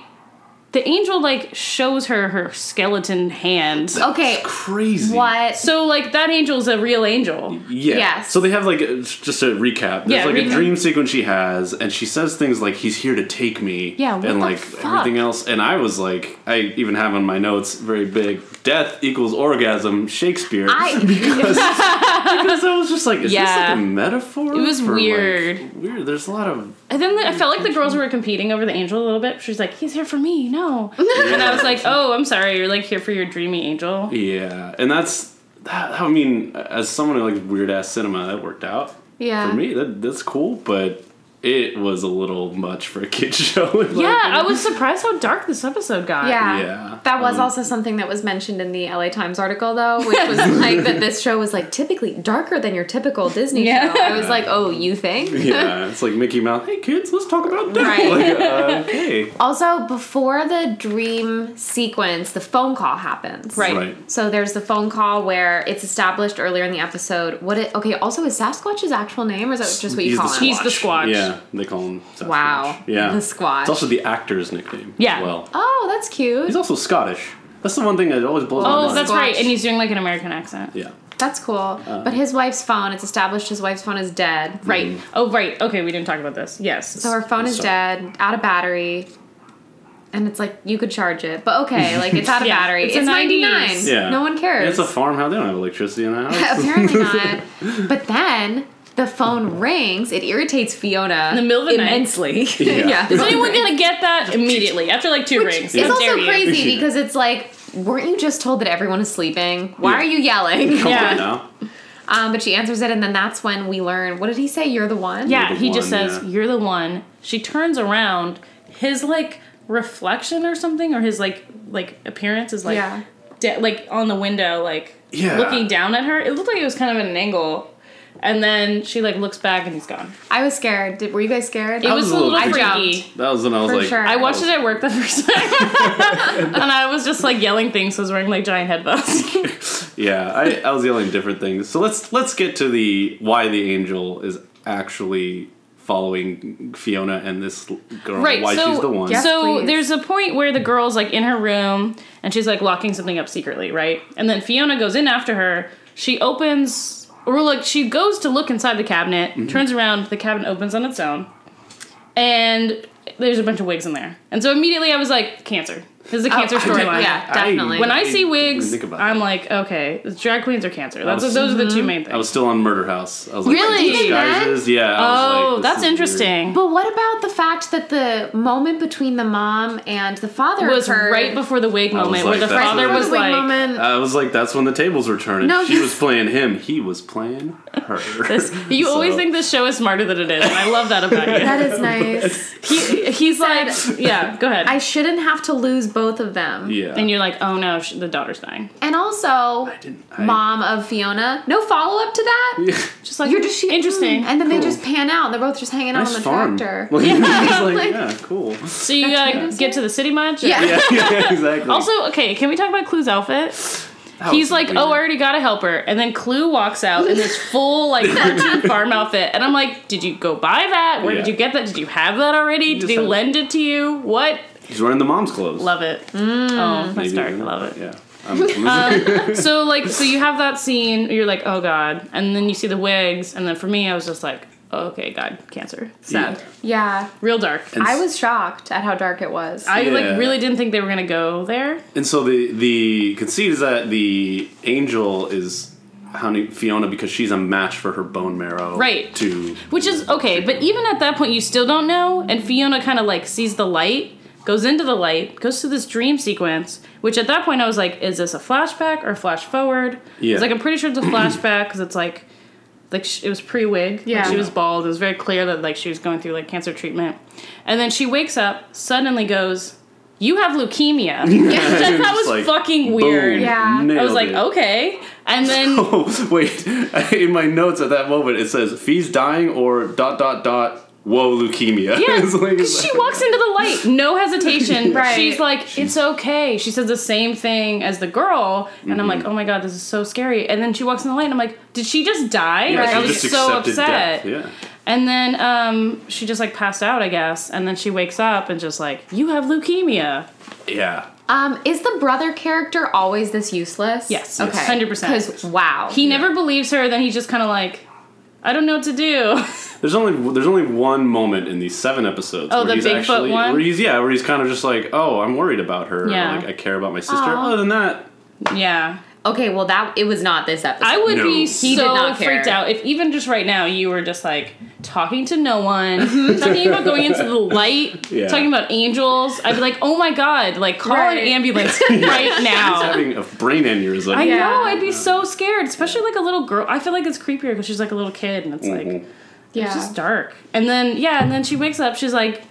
Speaker 2: the angel like shows her her skeleton hand.
Speaker 3: Okay,
Speaker 1: crazy.
Speaker 3: what?
Speaker 2: So like that angel's a real angel.
Speaker 1: Yeah.
Speaker 3: Yes.
Speaker 1: So they have like a- just a recap. There's
Speaker 2: Yeah,
Speaker 1: like
Speaker 2: recap.
Speaker 1: a dream sequence she has, and she says things like "He's here to take me."
Speaker 2: Yeah, what
Speaker 1: and
Speaker 2: the
Speaker 1: like
Speaker 2: fuck?
Speaker 1: everything else. And I was like, I even have on my notes very big: death equals orgasm. Shakespeare.
Speaker 3: I
Speaker 1: because I was just like, is
Speaker 2: Yeah.
Speaker 1: this like a metaphor?
Speaker 2: It was
Speaker 1: for, like,
Speaker 2: weird.
Speaker 1: weird. There's a lot of.
Speaker 2: And then the, I felt like the girls were competing over the angel a little bit. She's like, "He's here for me, no," and I was like, "Oh, I'm sorry, you're like here for your dreamy angel."
Speaker 1: Yeah, and that's. That, I mean, as someone who likes weird ass cinema, that worked out.
Speaker 3: Yeah.
Speaker 1: For me, that that's cool, but it was a little much for a kid show. in my
Speaker 2: Yeah,
Speaker 1: opinion.
Speaker 2: I was surprised how dark this episode got.
Speaker 3: Yeah.
Speaker 1: Yeah.
Speaker 3: That was
Speaker 1: Um,
Speaker 3: also something that was mentioned in the LA Times article, though, which was like that this show was like typically darker than your typical Disney
Speaker 2: Yeah.
Speaker 3: show. I was like, oh, you think?
Speaker 1: yeah, it's like Mickey Mouse. Hey kids, let's talk about that.
Speaker 3: Right.
Speaker 1: Like, uh, okay.
Speaker 3: Also, before the dream sequence, the phone call happens.
Speaker 2: Right.
Speaker 1: Right.
Speaker 3: So there's the phone call where it's established earlier in the episode. What it okay, also is Sasquatch's actual name or is that just what you
Speaker 1: He's
Speaker 3: call
Speaker 1: the
Speaker 3: him?
Speaker 2: He's the Squatch.
Speaker 1: Yeah, they call him. Sasquatch.
Speaker 3: Wow.
Speaker 1: Yeah.
Speaker 3: The Squatch.
Speaker 1: It's also the actor's nickname.
Speaker 2: Yeah.
Speaker 1: As well,
Speaker 3: Oh, that's cute.
Speaker 1: he's also Scottish. That's the one thing that always blows my
Speaker 2: Oh,
Speaker 1: mind.
Speaker 2: that's
Speaker 3: Squatch.
Speaker 2: right. And he's doing like an American accent.
Speaker 1: yeah.
Speaker 3: That's cool.
Speaker 1: Uh.
Speaker 3: but his wife's phone, it's established his wife's phone is dead.
Speaker 2: Right. Oh, right. Okay, we didn't talk about this. Yes.
Speaker 3: So her phone is
Speaker 1: Sorry.
Speaker 3: dead, out of battery. And it's like you could charge it, but okay, like it's out of
Speaker 2: Yeah,
Speaker 3: battery.
Speaker 2: it's
Speaker 3: It's,
Speaker 2: a
Speaker 3: 99.
Speaker 2: 90s.
Speaker 1: Yeah.
Speaker 3: No one cares.
Speaker 1: It's a farmhouse. They don't have electricity in that house.
Speaker 3: Apparently not. But then the phone rings. It irritates Fiona
Speaker 2: In the middle of the night.
Speaker 3: immensely.
Speaker 1: Yeah.
Speaker 2: Is anyone gonna get that immediately after like two rings?
Speaker 3: It's
Speaker 2: How
Speaker 3: also
Speaker 2: dare you.
Speaker 3: crazy because it's like, weren't you just told that everyone is sleeping? Why
Speaker 1: Yeah.
Speaker 3: are you yelling?
Speaker 1: Come
Speaker 2: Yeah.
Speaker 1: on now.
Speaker 3: Um, but she answers it, and then that's when we learn. What did he say? You're the one.
Speaker 2: Yeah,
Speaker 1: You're the
Speaker 2: he just
Speaker 1: one,
Speaker 2: says,
Speaker 1: yeah.
Speaker 2: You're the one. She turns around, his like reflection or something, or his like like appearance is like
Speaker 3: Yeah.
Speaker 2: de- like on the window, like
Speaker 1: Yeah.
Speaker 2: looking down at her. It looked like it was kind of at an angle. And then she like looks back and he's gone.
Speaker 3: I was scared. Did, were you guys scared?
Speaker 2: It
Speaker 1: I
Speaker 2: was,
Speaker 1: was
Speaker 2: a
Speaker 1: a
Speaker 2: little
Speaker 1: little
Speaker 2: freaky.
Speaker 1: That was when I was
Speaker 3: For
Speaker 1: like,
Speaker 3: sure.
Speaker 2: I watched it at work the first time, and I was just like yelling things. 'cause I was wearing like giant headphones.
Speaker 1: yeah, I, I was yelling different things. So let's let's get to the why the angel is actually following Fiona and this l- girl.
Speaker 2: Right.
Speaker 1: Why
Speaker 2: so
Speaker 1: she's the one.
Speaker 3: Yes,
Speaker 2: so
Speaker 3: please.
Speaker 2: there's a point where the girl's like in her room and she's like locking something up secretly, right? And then Fiona goes in after her. She opens or like she goes to look inside the cabinet,
Speaker 1: Mm-hmm.
Speaker 2: turns around, the cabinet opens on its own. And there's a bunch of wigs in there. And so immediately I was like, cancer. This is a cancer storyline.
Speaker 3: Oh, Yeah, definitely.
Speaker 2: When I see
Speaker 1: didn't
Speaker 2: wigs,
Speaker 1: think about
Speaker 2: I'm
Speaker 1: that.
Speaker 2: like, okay, it's drag queens or cancer. That's
Speaker 1: was-
Speaker 2: those are the two
Speaker 3: Mm-hmm.
Speaker 2: main things.
Speaker 1: I was still on Murder House. I was like,
Speaker 3: Really?
Speaker 1: these Disguises? Yeah. I was
Speaker 2: oh,
Speaker 1: like, this
Speaker 2: that's
Speaker 1: is weird.
Speaker 2: interesting.
Speaker 3: But what about the fact that the moment between the mom and the father
Speaker 2: was
Speaker 3: occurred-
Speaker 2: right before the wig moment
Speaker 1: like,
Speaker 2: where the
Speaker 1: that's
Speaker 2: father
Speaker 1: Right
Speaker 2: was
Speaker 3: Wait,
Speaker 2: like uh,
Speaker 3: moment.
Speaker 1: I was like, that's when the tables were turning.
Speaker 3: No,
Speaker 1: she
Speaker 3: this-
Speaker 1: was playing him. He was playing her.
Speaker 2: You
Speaker 1: So-
Speaker 2: always think this show is smarter than it is, and I love that about
Speaker 3: that is nice.
Speaker 2: you. He, he's like,
Speaker 3: said-
Speaker 2: yeah, go ahead.
Speaker 3: I shouldn't have to lose both of them.
Speaker 1: Yeah.
Speaker 2: and you're like, oh no, sh- the daughter's dying.
Speaker 3: And also,
Speaker 1: didn't- I-
Speaker 3: mom of Fiona. No follow up to that.
Speaker 2: Just like
Speaker 3: You're just she,
Speaker 2: interesting.
Speaker 3: mm, And then they
Speaker 1: Cool.
Speaker 3: just pan out. They're both just hanging out on
Speaker 1: nice
Speaker 3: the
Speaker 1: farm.
Speaker 3: tractor.
Speaker 1: Well, yeah. He's like,
Speaker 3: Like-
Speaker 1: yeah, cool.
Speaker 2: so you uh,
Speaker 3: tomatoes
Speaker 2: get
Speaker 3: here?
Speaker 2: to the city much?
Speaker 3: Yeah.
Speaker 1: Yeah, yeah, exactly.
Speaker 2: Also, okay, can we talk about Clue's outfit?
Speaker 1: That
Speaker 2: He's
Speaker 1: was
Speaker 2: like,
Speaker 1: weird.
Speaker 2: oh, I already got a helper, and then Clue walks out in this full like cartoon farm outfit, and I'm like, did you go buy that? Where did
Speaker 1: Yeah.
Speaker 2: you get that? Did you have that already? Did
Speaker 1: just
Speaker 2: they
Speaker 1: had-
Speaker 2: lend it to you? What?
Speaker 1: He's wearing the mom's clothes.
Speaker 2: Love it. Oh, that's
Speaker 1: Maybe
Speaker 2: dark.
Speaker 1: even-
Speaker 2: Love it. Uh,
Speaker 1: Yeah. I'm, I'm-
Speaker 2: so like so you have that scene you're like oh god and then you see the wigs and then for me i was just like oh, okay god cancer sad
Speaker 1: Yeah.
Speaker 3: yeah.
Speaker 2: real dark
Speaker 1: And
Speaker 3: I was shocked at how dark it was.
Speaker 2: i like
Speaker 1: Yeah.
Speaker 2: really didn't think they were gonna go there
Speaker 1: And so the the conceit is that the angel is hunting Fiona because she's a match for her bone marrow.
Speaker 2: Right.
Speaker 1: To
Speaker 2: which is okay but even at that point you still don't know and fiona kind of like sees the light goes into the light goes through this dream sequence which at that point i was like is this a flashback or a flash forward
Speaker 1: Yeah.
Speaker 2: it's like i'm pretty sure it's a flashback because it's like like sh it was pre-wig Like,
Speaker 3: Yeah.
Speaker 2: she was bald it was very clear that like she was going through like cancer treatment and then she wakes up suddenly goes you have leukemia that, that was
Speaker 1: Just like,
Speaker 2: fucking
Speaker 1: boom,
Speaker 2: weird i
Speaker 3: Yeah. I
Speaker 2: was
Speaker 1: nailed
Speaker 2: like oh.
Speaker 1: it.
Speaker 2: okay and then
Speaker 1: Oh, wait. In my notes at that moment, it says Fee's dying or dot dot dot. Whoa, leukemia.
Speaker 2: Yeah,
Speaker 1: It's like-
Speaker 2: because she walks into the light, no hesitation.
Speaker 3: Right.
Speaker 2: She's like, "It's okay." She says the same thing as the girl, and I'm
Speaker 1: Mm-hmm.
Speaker 2: like, "Oh my god, this is so scary." And then she walks in the light, and I'm like, "Did she just die?"
Speaker 1: Yeah,
Speaker 2: like,
Speaker 1: she
Speaker 2: I was
Speaker 1: just
Speaker 2: so
Speaker 1: accepted
Speaker 2: upset.
Speaker 1: death, Yeah.
Speaker 2: And then um, she just like passed out, I guess. And then she wakes up and just like, "You have leukemia."
Speaker 1: Yeah.
Speaker 3: Um, is the brother character always this useless?
Speaker 2: Yes.
Speaker 3: Okay.
Speaker 2: Yes. 100%.
Speaker 3: Because wow.
Speaker 2: He never believes her. Then he's just kind of like, "I don't know what to do."
Speaker 1: There's only there's only one moment in these seven episodes.
Speaker 2: Oh,
Speaker 1: where
Speaker 2: the
Speaker 1: he's
Speaker 2: Bigfoot
Speaker 1: actually,
Speaker 2: one?
Speaker 1: Where he's yeah, where he's kind of just like, oh, I'm worried about her.
Speaker 2: Yeah.
Speaker 1: Like I care about my sister.
Speaker 3: Aw.
Speaker 1: Other than that,
Speaker 2: yeah.
Speaker 3: okay. Well, that it was not this episode.
Speaker 2: I would
Speaker 1: No.
Speaker 2: be
Speaker 1: He
Speaker 2: so
Speaker 3: did not care.
Speaker 2: freaked out if even just right now you were just like talking to no one,
Speaker 3: Mm-hmm.
Speaker 2: talking about going into the light,
Speaker 1: Yeah.
Speaker 2: talking about angels. I'd be like, oh my god, like call an
Speaker 3: Right.
Speaker 2: ambulance right
Speaker 1: he's
Speaker 2: now.
Speaker 1: having a brain aneurysm.
Speaker 2: I
Speaker 3: Yeah.
Speaker 2: know I'd be so scared, especially like a little girl. I feel like it's creepier because she's like a little kid and it's like
Speaker 1: Mhm.
Speaker 3: Yeah.
Speaker 2: it's just dark. And then yeah, and then she wakes up. She's like,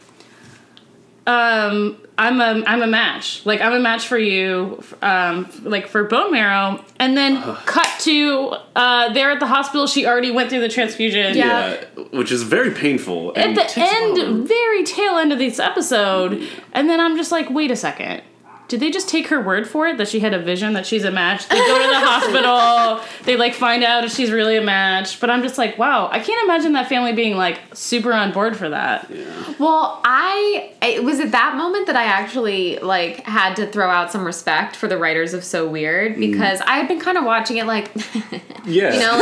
Speaker 2: um, I'm a I'm a match. Like I'm a match for you. f- Um, f- like for bone marrow. And then cut to uh, they're at the hospital. She already went through the transfusion.
Speaker 3: Yeah.
Speaker 1: Yeah, which is very painful.
Speaker 2: At
Speaker 1: and
Speaker 2: the
Speaker 1: takes a while to-
Speaker 2: end, very tail end of this episode, and then I'm just like, wait a second. Did they just take her word for it that she had a vision that she's a match? They go to the hospital, they like find out if she's really a match. But I'm just like, wow, I can't imagine that family being like super on board for that.
Speaker 3: Well, I it was at that moment that I actually like had to throw out some respect for the writers of So Weird because I had been kind of watching it like
Speaker 1: yeah,
Speaker 3: you know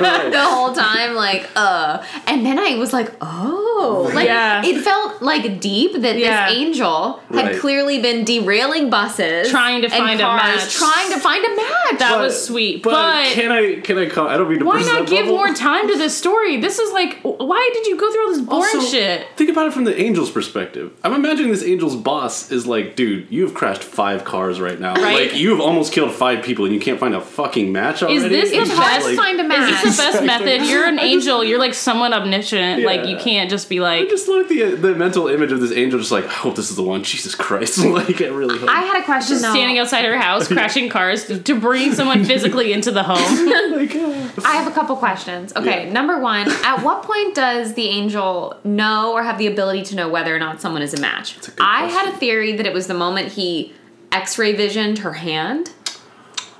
Speaker 3: like, the whole time like uh and then I was like oh like
Speaker 2: Yeah.
Speaker 3: it felt like deep that
Speaker 2: Yeah.
Speaker 3: this angel had
Speaker 1: Right.
Speaker 3: clearly been derailing buses
Speaker 2: Trying to
Speaker 3: and
Speaker 2: find a
Speaker 3: cars,
Speaker 2: match.
Speaker 3: trying to find a match
Speaker 2: That
Speaker 1: But-
Speaker 2: was sweet.
Speaker 1: But,
Speaker 2: But,
Speaker 1: can I can I call? I don't mean to.
Speaker 2: why
Speaker 1: burst
Speaker 2: not
Speaker 1: that
Speaker 2: give
Speaker 1: bubble.
Speaker 2: more time to this story? This is like, why did you go through all this boring
Speaker 1: Also,
Speaker 2: shit?
Speaker 1: Think about it from the angel's perspective. I'm imagining this angel's boss is like, dude, you've crashed five cars right now.
Speaker 2: Right?
Speaker 1: Like you've almost killed five people, and you can't find a fucking match already.
Speaker 2: Is this the
Speaker 1: It's just
Speaker 2: best
Speaker 1: like-
Speaker 3: find a match
Speaker 2: Is this the best method? You're an angel. You're like somewhat omniscient. Like you
Speaker 1: Yeah.
Speaker 2: can't just be like.
Speaker 1: I just look at the the mental image of this angel, just like, I hope this is the one. Jesus Christ! like I really hope.
Speaker 3: I had a question though.
Speaker 2: Standing outside her house, crashing cars to bring someone physically into the home.
Speaker 1: like, uh,
Speaker 2: Oh,
Speaker 3: I have a couple questions. Okay,
Speaker 1: Yeah.
Speaker 3: number one, at what point does the angel know or have the ability to know whether or not someone is a match?
Speaker 1: a good
Speaker 3: I had a
Speaker 1: question.
Speaker 3: theory that it was the moment he x ray visioned her hand.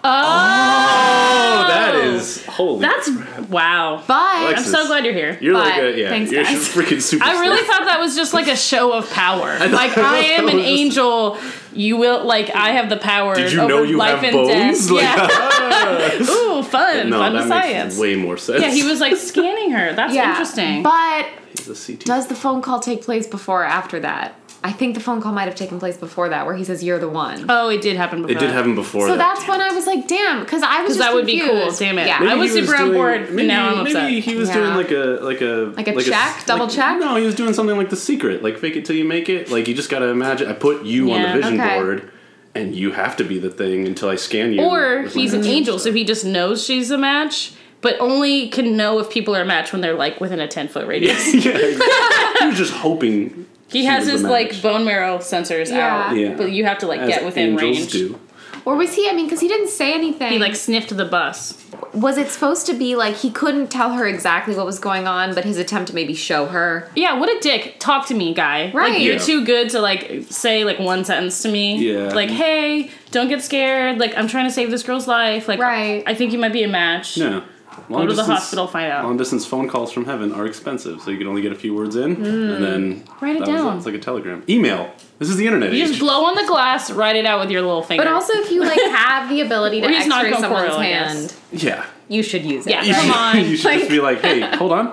Speaker 2: Oh,
Speaker 1: Oh, that is holy.
Speaker 2: That's wow.
Speaker 3: But
Speaker 2: I'm so glad you're here.
Speaker 1: Oh. You're like
Speaker 3: but-
Speaker 1: a yeah.
Speaker 3: thanks,
Speaker 1: you're
Speaker 3: guys.
Speaker 1: a freaking super.
Speaker 2: I really thought that was just like a show of power. like I am
Speaker 1: that
Speaker 2: an
Speaker 1: was just-
Speaker 2: angel. You will like I have the power.
Speaker 1: Did you
Speaker 2: over
Speaker 1: know you
Speaker 2: life
Speaker 1: have
Speaker 2: and
Speaker 1: bones?
Speaker 2: Death. yeah. Ooh, fun.
Speaker 1: no,
Speaker 2: fun to
Speaker 1: that makes
Speaker 2: science.
Speaker 1: way more sense.
Speaker 2: yeah, he was like scanning her. That's
Speaker 3: yeah.
Speaker 2: interesting.
Speaker 3: But
Speaker 1: He's a CT.
Speaker 3: does the phone call take place before or after that? I think the phone call might have taken place before that, where he says you're the one.
Speaker 2: oh, it did happen before.
Speaker 1: it did
Speaker 2: that.
Speaker 1: happen before.
Speaker 3: so
Speaker 1: that.
Speaker 3: that's when I was like, damn, because I was just
Speaker 2: that would be cool.
Speaker 3: confused.
Speaker 2: Damn it.
Speaker 3: Yeah.
Speaker 2: I
Speaker 1: Maybe
Speaker 2: was
Speaker 1: he
Speaker 2: super on
Speaker 1: doing-
Speaker 2: board, and
Speaker 1: Maybe,
Speaker 2: now I'm
Speaker 1: maybe
Speaker 2: upset.
Speaker 1: he was
Speaker 3: Yeah.
Speaker 1: doing like a like a
Speaker 3: Like a check?
Speaker 1: s-
Speaker 3: Double
Speaker 1: like-
Speaker 3: check?
Speaker 1: No, he was doing something like the secret, like fake it till you make it. Like you just gotta imagine. I put you on
Speaker 2: Yeah.
Speaker 1: the vision
Speaker 3: Okay.
Speaker 1: board, and you have to be the thing until I scan you.
Speaker 2: Or
Speaker 1: with my
Speaker 2: he's an
Speaker 1: vision.
Speaker 2: angel, so he just knows she's a match, but only can know if people are a match when they're like within a ten foot radius.
Speaker 1: yeah, exactly. he was just hoping.
Speaker 2: He has
Speaker 1: was
Speaker 2: his
Speaker 1: the
Speaker 2: like
Speaker 1: match.
Speaker 2: bone marrow sensors
Speaker 3: Yeah.
Speaker 2: out,
Speaker 1: Yeah.
Speaker 2: but you have to like
Speaker 1: As
Speaker 2: get within
Speaker 1: angels
Speaker 2: range.
Speaker 1: do.
Speaker 3: Or was he? I mean, because he didn't say anything.
Speaker 2: He like sniffed the bus.
Speaker 3: was it supposed to be like he couldn't tell her exactly what was going on, but his attempt to maybe show her?
Speaker 2: Yeah, what a dick. Talk to me, guy.
Speaker 3: Right.
Speaker 2: Like you're
Speaker 1: Yeah.
Speaker 2: too good to like say like one sentence to me.
Speaker 1: Yeah.
Speaker 2: Like, hey, don't get scared. Like I'm trying to save this girl's life. Like
Speaker 3: Right.
Speaker 2: I think you might be a match.
Speaker 1: No.
Speaker 2: Go
Speaker 1: Long
Speaker 2: to the
Speaker 1: distance-
Speaker 2: hospital, find out.
Speaker 1: Long distance phone calls from heaven are expensive, so you can only get a few words in, and then
Speaker 2: Hmm. Write it
Speaker 1: that was
Speaker 2: down.
Speaker 1: It's like a telegram, email. This is the internet
Speaker 2: You
Speaker 1: age.
Speaker 2: just blow on the glass, write it out with your little finger.
Speaker 3: But also, if you like have the ability to
Speaker 2: Or he's
Speaker 3: X-ray
Speaker 2: non-corporeal,
Speaker 3: someone's
Speaker 2: I guess.
Speaker 3: hand,
Speaker 1: yeah,
Speaker 3: you should use it.
Speaker 2: Yeah.
Speaker 1: you
Speaker 2: Come
Speaker 1: should,
Speaker 2: on.
Speaker 1: you should just be like, hey, hold on.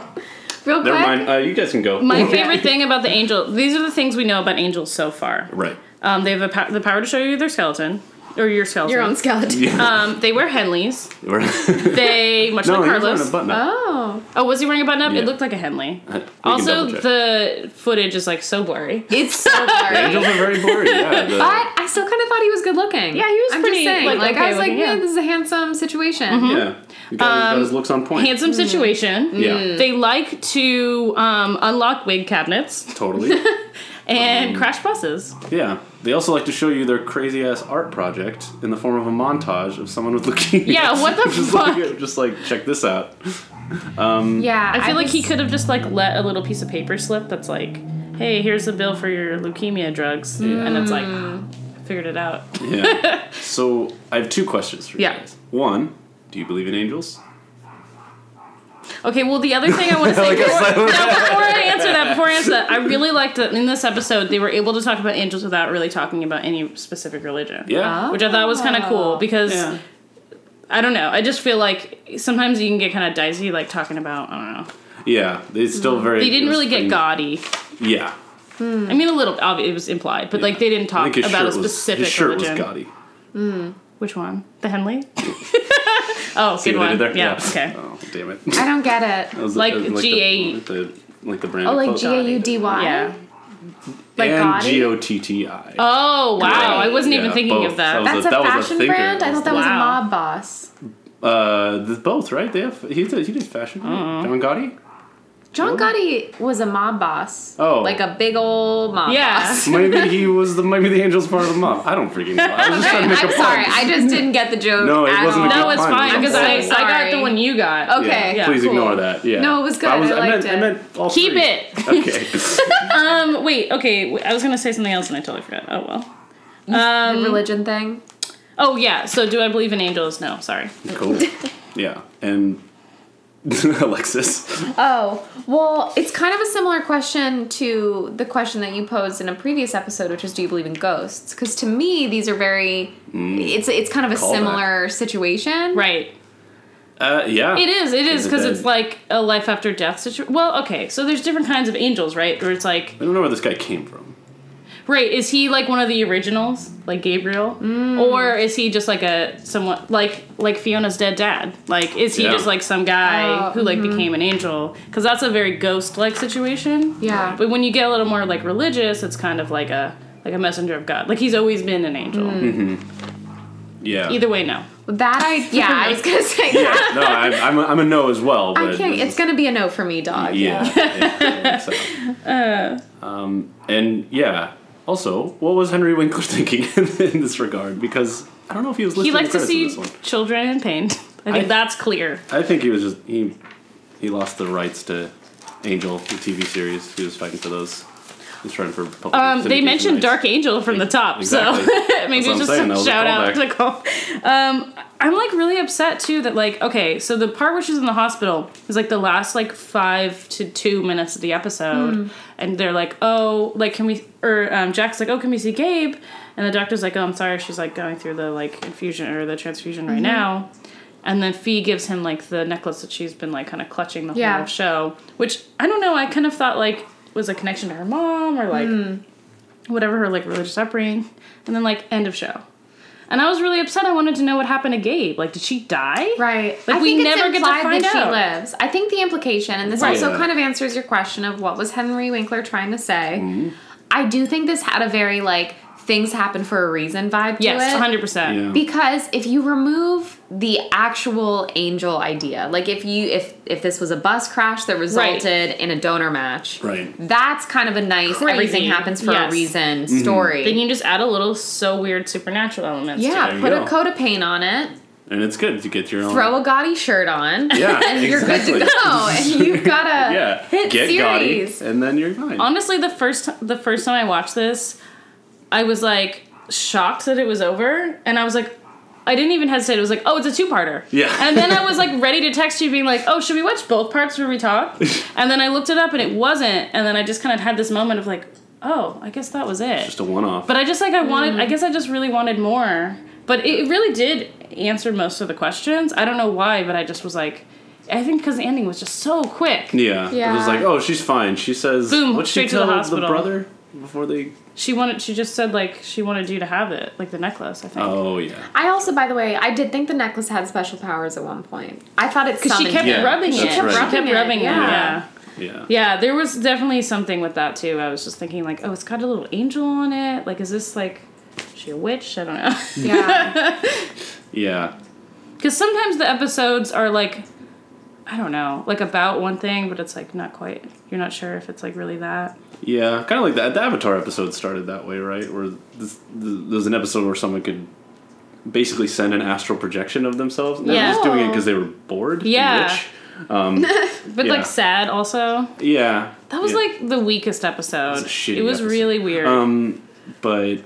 Speaker 3: Real quick.
Speaker 1: Never mind. Uh, you guys can go.
Speaker 2: my favorite thing about the angel, these are the things we know about angels so far.
Speaker 1: Right.
Speaker 2: Um, they have a pow- the power to show you their skeleton or your skeleton.
Speaker 3: Your own skeleton.
Speaker 2: Um, they wear Henleys.
Speaker 1: We're-
Speaker 2: They much
Speaker 1: no,
Speaker 2: like
Speaker 1: you're
Speaker 2: Carlos.
Speaker 1: wearing a button up.
Speaker 3: Oh.
Speaker 2: Oh, was he wearing a button up?
Speaker 1: Yeah.
Speaker 2: It looked like a Henley.
Speaker 1: We can
Speaker 2: Also,
Speaker 1: double check.
Speaker 2: the footage is like so blurry.
Speaker 3: It's so
Speaker 1: The
Speaker 3: blurry.
Speaker 1: angels are very blurry. Yeah. the-
Speaker 3: But I still kind of thought he was good looking.
Speaker 2: Yeah, he was
Speaker 3: I'm
Speaker 2: pretty,
Speaker 3: Just saying.
Speaker 2: like,
Speaker 3: Like, I
Speaker 2: okay
Speaker 3: was like,
Speaker 2: looking, yeah. Mm-hmm.
Speaker 3: man, this is a handsome situation.
Speaker 1: yeah. He got, he got
Speaker 2: Um,
Speaker 1: his looks on point.
Speaker 2: Handsome situation.
Speaker 1: Yeah.
Speaker 2: They like to um, unlock wig cabinets
Speaker 1: Totally.
Speaker 2: and
Speaker 1: Um,
Speaker 2: crash buses.
Speaker 1: Yeah. They also like to show you their crazy ass art project in the form of a montage of someone with leukemia.
Speaker 2: Yeah, what the
Speaker 1: just
Speaker 2: fuck?
Speaker 1: Like, just like check this out.
Speaker 3: Yeah,
Speaker 2: I feel like
Speaker 3: was-
Speaker 2: he could have just like let a little piece of paper slip that's like, hey, here's the bill for your leukemia drugs. And it's like, I figured it out.
Speaker 1: Yeah. so I have two questions for you
Speaker 2: Yeah.
Speaker 1: guys. One, do you believe in angels?
Speaker 2: Okay, well, the other thing I want to say before, no, before I answer that, before I answer that, I really liked that in this episode they were able to talk about angels without really talking about any specific religion.
Speaker 1: Yeah.
Speaker 2: Which I thought was kind of cool because
Speaker 1: Yeah.
Speaker 2: I don't know. I just feel like sometimes you can get kind of dicey, like talking about, I don't know.
Speaker 1: Yeah. It's still very.
Speaker 2: Mm. They didn't
Speaker 1: it was
Speaker 2: really get
Speaker 1: pretty-
Speaker 2: gaudy.
Speaker 1: Yeah.
Speaker 2: I mean, a little, obvi- it was implied, but like they didn't
Speaker 1: I
Speaker 2: talk
Speaker 1: think his
Speaker 2: about a
Speaker 1: shirt
Speaker 2: specific
Speaker 1: was, his shirt
Speaker 2: religion.
Speaker 1: was gaudy.
Speaker 2: Which one? The Henley? oh,
Speaker 1: See
Speaker 2: good
Speaker 1: what I
Speaker 2: one.
Speaker 1: did there?
Speaker 2: Yeah, okay.
Speaker 1: Oh, damn it.
Speaker 3: I don't get it.
Speaker 1: That was-
Speaker 2: Like
Speaker 1: that was
Speaker 2: G.A.
Speaker 1: The, the- like the brand.
Speaker 3: Oh,
Speaker 1: of
Speaker 3: like
Speaker 1: clothes.
Speaker 3: G A U D Y.
Speaker 2: Yeah.
Speaker 3: like
Speaker 1: and
Speaker 3: Gaudi?
Speaker 1: G O T T I.
Speaker 2: Oh, wow. I wasn't even
Speaker 1: Yeah,
Speaker 2: thinking
Speaker 1: both.
Speaker 2: of that.
Speaker 1: That was-
Speaker 3: That's a
Speaker 1: was a
Speaker 3: fashion
Speaker 1: thinker.
Speaker 3: brand. I thought that was a
Speaker 2: Wow.
Speaker 3: mob boss. Oh.
Speaker 1: Uh, th- both, right? They have he did, he did fashion. right?
Speaker 3: Mm-hmm.
Speaker 1: John Gotti.
Speaker 3: John Gotti was a mob boss.
Speaker 1: Oh.
Speaker 3: like a big old mob
Speaker 2: Yeah.
Speaker 3: boss.
Speaker 1: Maybe he was the maybe the angels part of the mob. I don't freaking know. I was just trying to make
Speaker 3: I'm
Speaker 1: a
Speaker 3: sorry,
Speaker 1: point.
Speaker 3: I just didn't get the joke.
Speaker 1: No, it
Speaker 3: at
Speaker 1: wasn't a
Speaker 3: all.
Speaker 1: good
Speaker 2: No, it's
Speaker 1: Fine,
Speaker 2: fine
Speaker 1: I'm
Speaker 2: because
Speaker 1: so
Speaker 2: I, I got
Speaker 3: sorry.
Speaker 2: the one you got.
Speaker 3: Okay.
Speaker 1: Yeah,
Speaker 3: yeah,
Speaker 1: please
Speaker 3: cool.
Speaker 1: ignore that. Yeah.
Speaker 3: No, it was good.
Speaker 1: I, was,
Speaker 3: I
Speaker 1: meant,
Speaker 3: liked
Speaker 1: I
Speaker 3: it.
Speaker 1: meant all
Speaker 2: Keep
Speaker 1: three.
Speaker 2: it.
Speaker 1: Okay.
Speaker 2: Um, wait. Okay, w- I was gonna say something else and I totally forgot. Oh well.
Speaker 3: the religion thing.
Speaker 2: Oh yeah. So do I believe in angels? No. Sorry.
Speaker 1: cool. Yeah, and Alexis.
Speaker 3: Oh, well, it's kind of a similar question to the question that you posed in a previous episode, which is do you believe in ghosts? Because to me, these are very
Speaker 1: Mm.
Speaker 3: it's it's kind of a
Speaker 1: Call back.
Speaker 3: similar situation.
Speaker 2: Right.
Speaker 1: Uh, yeah.
Speaker 2: It is. It is
Speaker 1: Is it
Speaker 2: because
Speaker 1: dead?
Speaker 2: it's like a life after death situation. Well, okay. So there's different kinds of angels, right? Where it's like,
Speaker 1: I don't know where this guy came from.
Speaker 2: right? Is he like one of the originals, like Gabriel,
Speaker 3: Mm.
Speaker 2: or is he just like a somewhat like like Fiona's dead dad? Like, is he
Speaker 1: Yeah.
Speaker 2: just like some guy
Speaker 3: Oh,
Speaker 2: who like became an angel? Because that's a very ghost-like situation.
Speaker 3: Yeah.
Speaker 2: But when you get a little more like religious, it's kind of like a like a messenger of God. Like he's always been an angel.
Speaker 3: Mm.
Speaker 1: Mm-hmm. Yeah.
Speaker 2: Either way, no.
Speaker 3: That I yeah, I was gonna say that.
Speaker 1: No, I, I'm, a, I'm a no as well. But
Speaker 3: I can't it's gonna be a no for me, dog.
Speaker 1: Yeah. yeah, so.
Speaker 3: Uh.
Speaker 1: um, and yeah. Also, what was Henry Winkler thinking in this regard? Because I don't know if he was
Speaker 2: He
Speaker 1: listening
Speaker 2: likes
Speaker 1: to,
Speaker 2: to
Speaker 1: the credits
Speaker 2: see
Speaker 1: of this one.
Speaker 2: children in pain. I
Speaker 1: I-
Speaker 2: think that's clear.
Speaker 1: I think he was just he he lost the rights to Angel, the TV series. He was fighting for those. He's trying for public.
Speaker 2: Um, they
Speaker 1: syndication
Speaker 2: mentioned
Speaker 1: rights.
Speaker 2: Dark Angel from the top, so
Speaker 1: Exactly.
Speaker 2: maybe
Speaker 1: That's what I'm
Speaker 2: just
Speaker 1: saying, that
Speaker 2: a
Speaker 1: was a
Speaker 2: shout out to
Speaker 1: callback.
Speaker 2: the call. Um, I'm like really upset too that like okay, so the part where she's in the hospital is like the last like five to two minutes of the episode, and they're like, oh, like can we? Or um, Jack's like, oh, can we see Gabe? And the doctor's like, oh, I'm sorry, she's like going through the like infusion or the transfusion right now. And then Fee gives him like the necklace that she's been like kind of clutching the
Speaker 3: Yeah.
Speaker 2: whole show, which I don't know. I kind of thought like was a connection to her mom or like whatever her like religious upbringing, and then like end of show. And I was really upset. I wanted to know what happened to Gabe. Like, did she die?
Speaker 3: Right.
Speaker 2: Like,
Speaker 3: I
Speaker 2: we
Speaker 3: think it's
Speaker 2: never get to
Speaker 3: implied
Speaker 2: find
Speaker 3: that
Speaker 2: out.
Speaker 3: she lives. I think the implication, and this
Speaker 1: Right.
Speaker 3: also
Speaker 1: Yeah.
Speaker 3: kind of answers your question of what was Henry Winkler trying to say.
Speaker 1: Mm-hmm.
Speaker 3: I do think this had a very like things happen for a reason vibe to
Speaker 2: Yes,
Speaker 3: it.
Speaker 2: one hundred percent.
Speaker 1: Yeah.
Speaker 3: because if you remove the actual angel idea like if you if if this was a bus crash that resulted in a donor match
Speaker 1: Right.
Speaker 3: that's kind of a nice
Speaker 2: Crazy.
Speaker 3: everything happens for a
Speaker 2: Yes.
Speaker 3: reason
Speaker 1: Mm-hmm.
Speaker 3: story
Speaker 2: Then you just add a little so weird supernatural elements.
Speaker 3: yeah
Speaker 1: There you
Speaker 3: put a
Speaker 1: go.
Speaker 3: coat of paint on it
Speaker 1: And it's good to get your own.
Speaker 3: throw a gaudy shirt on
Speaker 1: yeah, exactly.
Speaker 3: you're good to go and you've got a
Speaker 1: Yeah,
Speaker 3: hit
Speaker 1: get
Speaker 3: series
Speaker 1: Gotti, and then you're fine.
Speaker 2: Honestly, the first the first time I watched this, I was like shocked that it was over, and I was like. I didn't even hesitate. It was like, oh, it's a two-parter.
Speaker 1: Yeah.
Speaker 2: And then I was like ready to text you, being like, oh, should we watch both parts where we talk? And then I looked it up, and it wasn't. And then I just kind of had this moment of like, oh, I guess that was it.
Speaker 1: Just a one-off.
Speaker 2: But I just like
Speaker 3: Mm-hmm.
Speaker 2: I wanted. I guess I just really wanted more. But it really did answer most of the questions. I don't know why, but I just was like, I think because the ending was just so quick.
Speaker 1: yeah, it was
Speaker 3: Yeah.
Speaker 1: like, oh, she's fine. She says,
Speaker 2: Boom,
Speaker 1: what'd she
Speaker 2: straight to the
Speaker 1: tell
Speaker 2: hospital.
Speaker 1: brother before they?
Speaker 2: She wanted. She just said like she wanted you to have it, like the necklace. I think.
Speaker 1: Oh yeah,
Speaker 3: i also by the way i did think the necklace had special powers at one point i thought it
Speaker 2: Because she
Speaker 3: summoned
Speaker 2: kept
Speaker 1: Yeah,
Speaker 2: rubbing
Speaker 1: that's
Speaker 2: it.
Speaker 1: right.
Speaker 2: She
Speaker 3: Rubbing
Speaker 2: kept
Speaker 3: it,
Speaker 2: rubbing it.
Speaker 3: yeah.
Speaker 2: Yeah.
Speaker 1: Yeah.
Speaker 2: yeah.
Speaker 1: yeah,
Speaker 2: there was definitely something with that too. I was just thinking like, oh, it's got a little angel on it. Like, is this like, is she a witch? I don't know.
Speaker 3: yeah
Speaker 1: yeah.
Speaker 2: Because sometimes the episodes are like, I don't know, like about one thing, but it's like not quite. You're not sure if it's like really that.
Speaker 1: Yeah, kind of like that. The Avatar episode started that way, right? Where this, th there was an episode where someone could basically send an astral projection of themselves. And They were
Speaker 2: Yeah.
Speaker 1: just doing it because they were bored. and
Speaker 2: Yeah.
Speaker 1: rich.
Speaker 2: But
Speaker 1: Yeah.
Speaker 2: like sad also.
Speaker 1: Yeah.
Speaker 2: That was
Speaker 1: yeah.
Speaker 2: like the weakest episode.
Speaker 1: a shitty
Speaker 2: it was
Speaker 1: episode.
Speaker 2: really weird.
Speaker 1: Um, but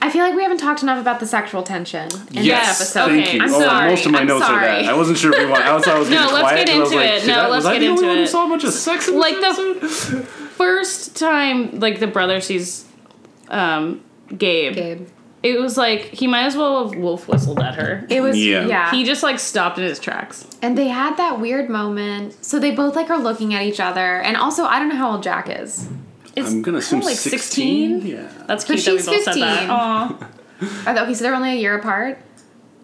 Speaker 3: I feel like we haven't talked enough about the sexual tension in
Speaker 1: yes,
Speaker 3: this episode.
Speaker 1: thank
Speaker 2: okay.
Speaker 1: you.
Speaker 2: I'm
Speaker 1: oh,
Speaker 3: sorry,
Speaker 1: most of my
Speaker 3: I'm
Speaker 1: notes are
Speaker 3: sorry.
Speaker 1: that. I wasn't sure if we wanted. I was, I was
Speaker 2: No,
Speaker 1: getting
Speaker 2: let's
Speaker 1: quiet,
Speaker 2: get
Speaker 1: and I was
Speaker 2: into
Speaker 1: like,
Speaker 2: it.
Speaker 1: "Did
Speaker 2: No,
Speaker 1: I- was
Speaker 2: let's
Speaker 1: I
Speaker 2: get
Speaker 1: the only
Speaker 2: into
Speaker 1: one Who
Speaker 2: it."
Speaker 1: saw a bunch of sex. In
Speaker 2: Like the-
Speaker 1: this episode?
Speaker 2: First time like the brother sees um Gabe,
Speaker 3: Gabe.
Speaker 2: It was like he might as well have wolf whistled at her.
Speaker 3: It was
Speaker 1: Yeah.
Speaker 3: yeah.
Speaker 2: He just like stopped in his tracks.
Speaker 3: and they had that weird moment. So they both like are looking at each other. And also I don't know how old Jack is.
Speaker 2: It's
Speaker 1: I'm gonna assume
Speaker 2: kinda, like 16.
Speaker 1: Yeah.
Speaker 2: That's
Speaker 3: But
Speaker 2: cute that we
Speaker 3: she's
Speaker 2: both said that.
Speaker 3: 15.
Speaker 2: Aw.
Speaker 3: Are they- okay, so they're only a year apart.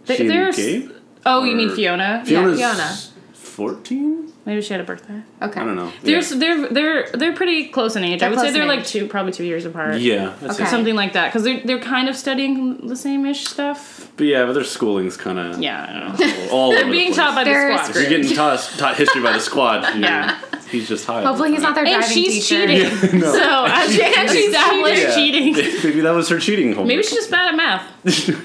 Speaker 2: They-
Speaker 1: She and
Speaker 2: there's-
Speaker 1: Gabe?
Speaker 2: Oh, you mean
Speaker 1: Or-
Speaker 2: Fiona?
Speaker 1: Fiona's
Speaker 3: Fiona.
Speaker 1: fourteen.
Speaker 2: Maybe she had a birthday.
Speaker 3: Okay.
Speaker 1: I don't know.
Speaker 2: They're s- they're they're they're pretty close in age.
Speaker 3: They're
Speaker 2: I would say
Speaker 3: close in
Speaker 2: they're like
Speaker 3: age.
Speaker 2: two, probably two years apart.
Speaker 1: yeah. that's
Speaker 3: Okay.
Speaker 1: it.
Speaker 2: something like that because they're they're kind of studying the same ish stuff.
Speaker 1: But yeah, but their schooling's kind of
Speaker 2: Yeah, I don't know.
Speaker 1: all, all over
Speaker 2: They're being
Speaker 1: the place.
Speaker 2: taught by
Speaker 3: They're
Speaker 2: the
Speaker 1: If
Speaker 2: squad.
Speaker 1: you're
Speaker 3: screwed.
Speaker 1: getting taught, taught history by the squad, you know,
Speaker 2: Yeah.
Speaker 1: he's just high.
Speaker 3: Hopefully he's not their
Speaker 2: And
Speaker 3: driving
Speaker 2: she's
Speaker 3: teacher.
Speaker 2: cheating.
Speaker 1: no.
Speaker 2: So as she
Speaker 3: And she's
Speaker 2: established cheating.
Speaker 1: Maybe that was her cheating homework.
Speaker 2: Maybe she's just bad at math.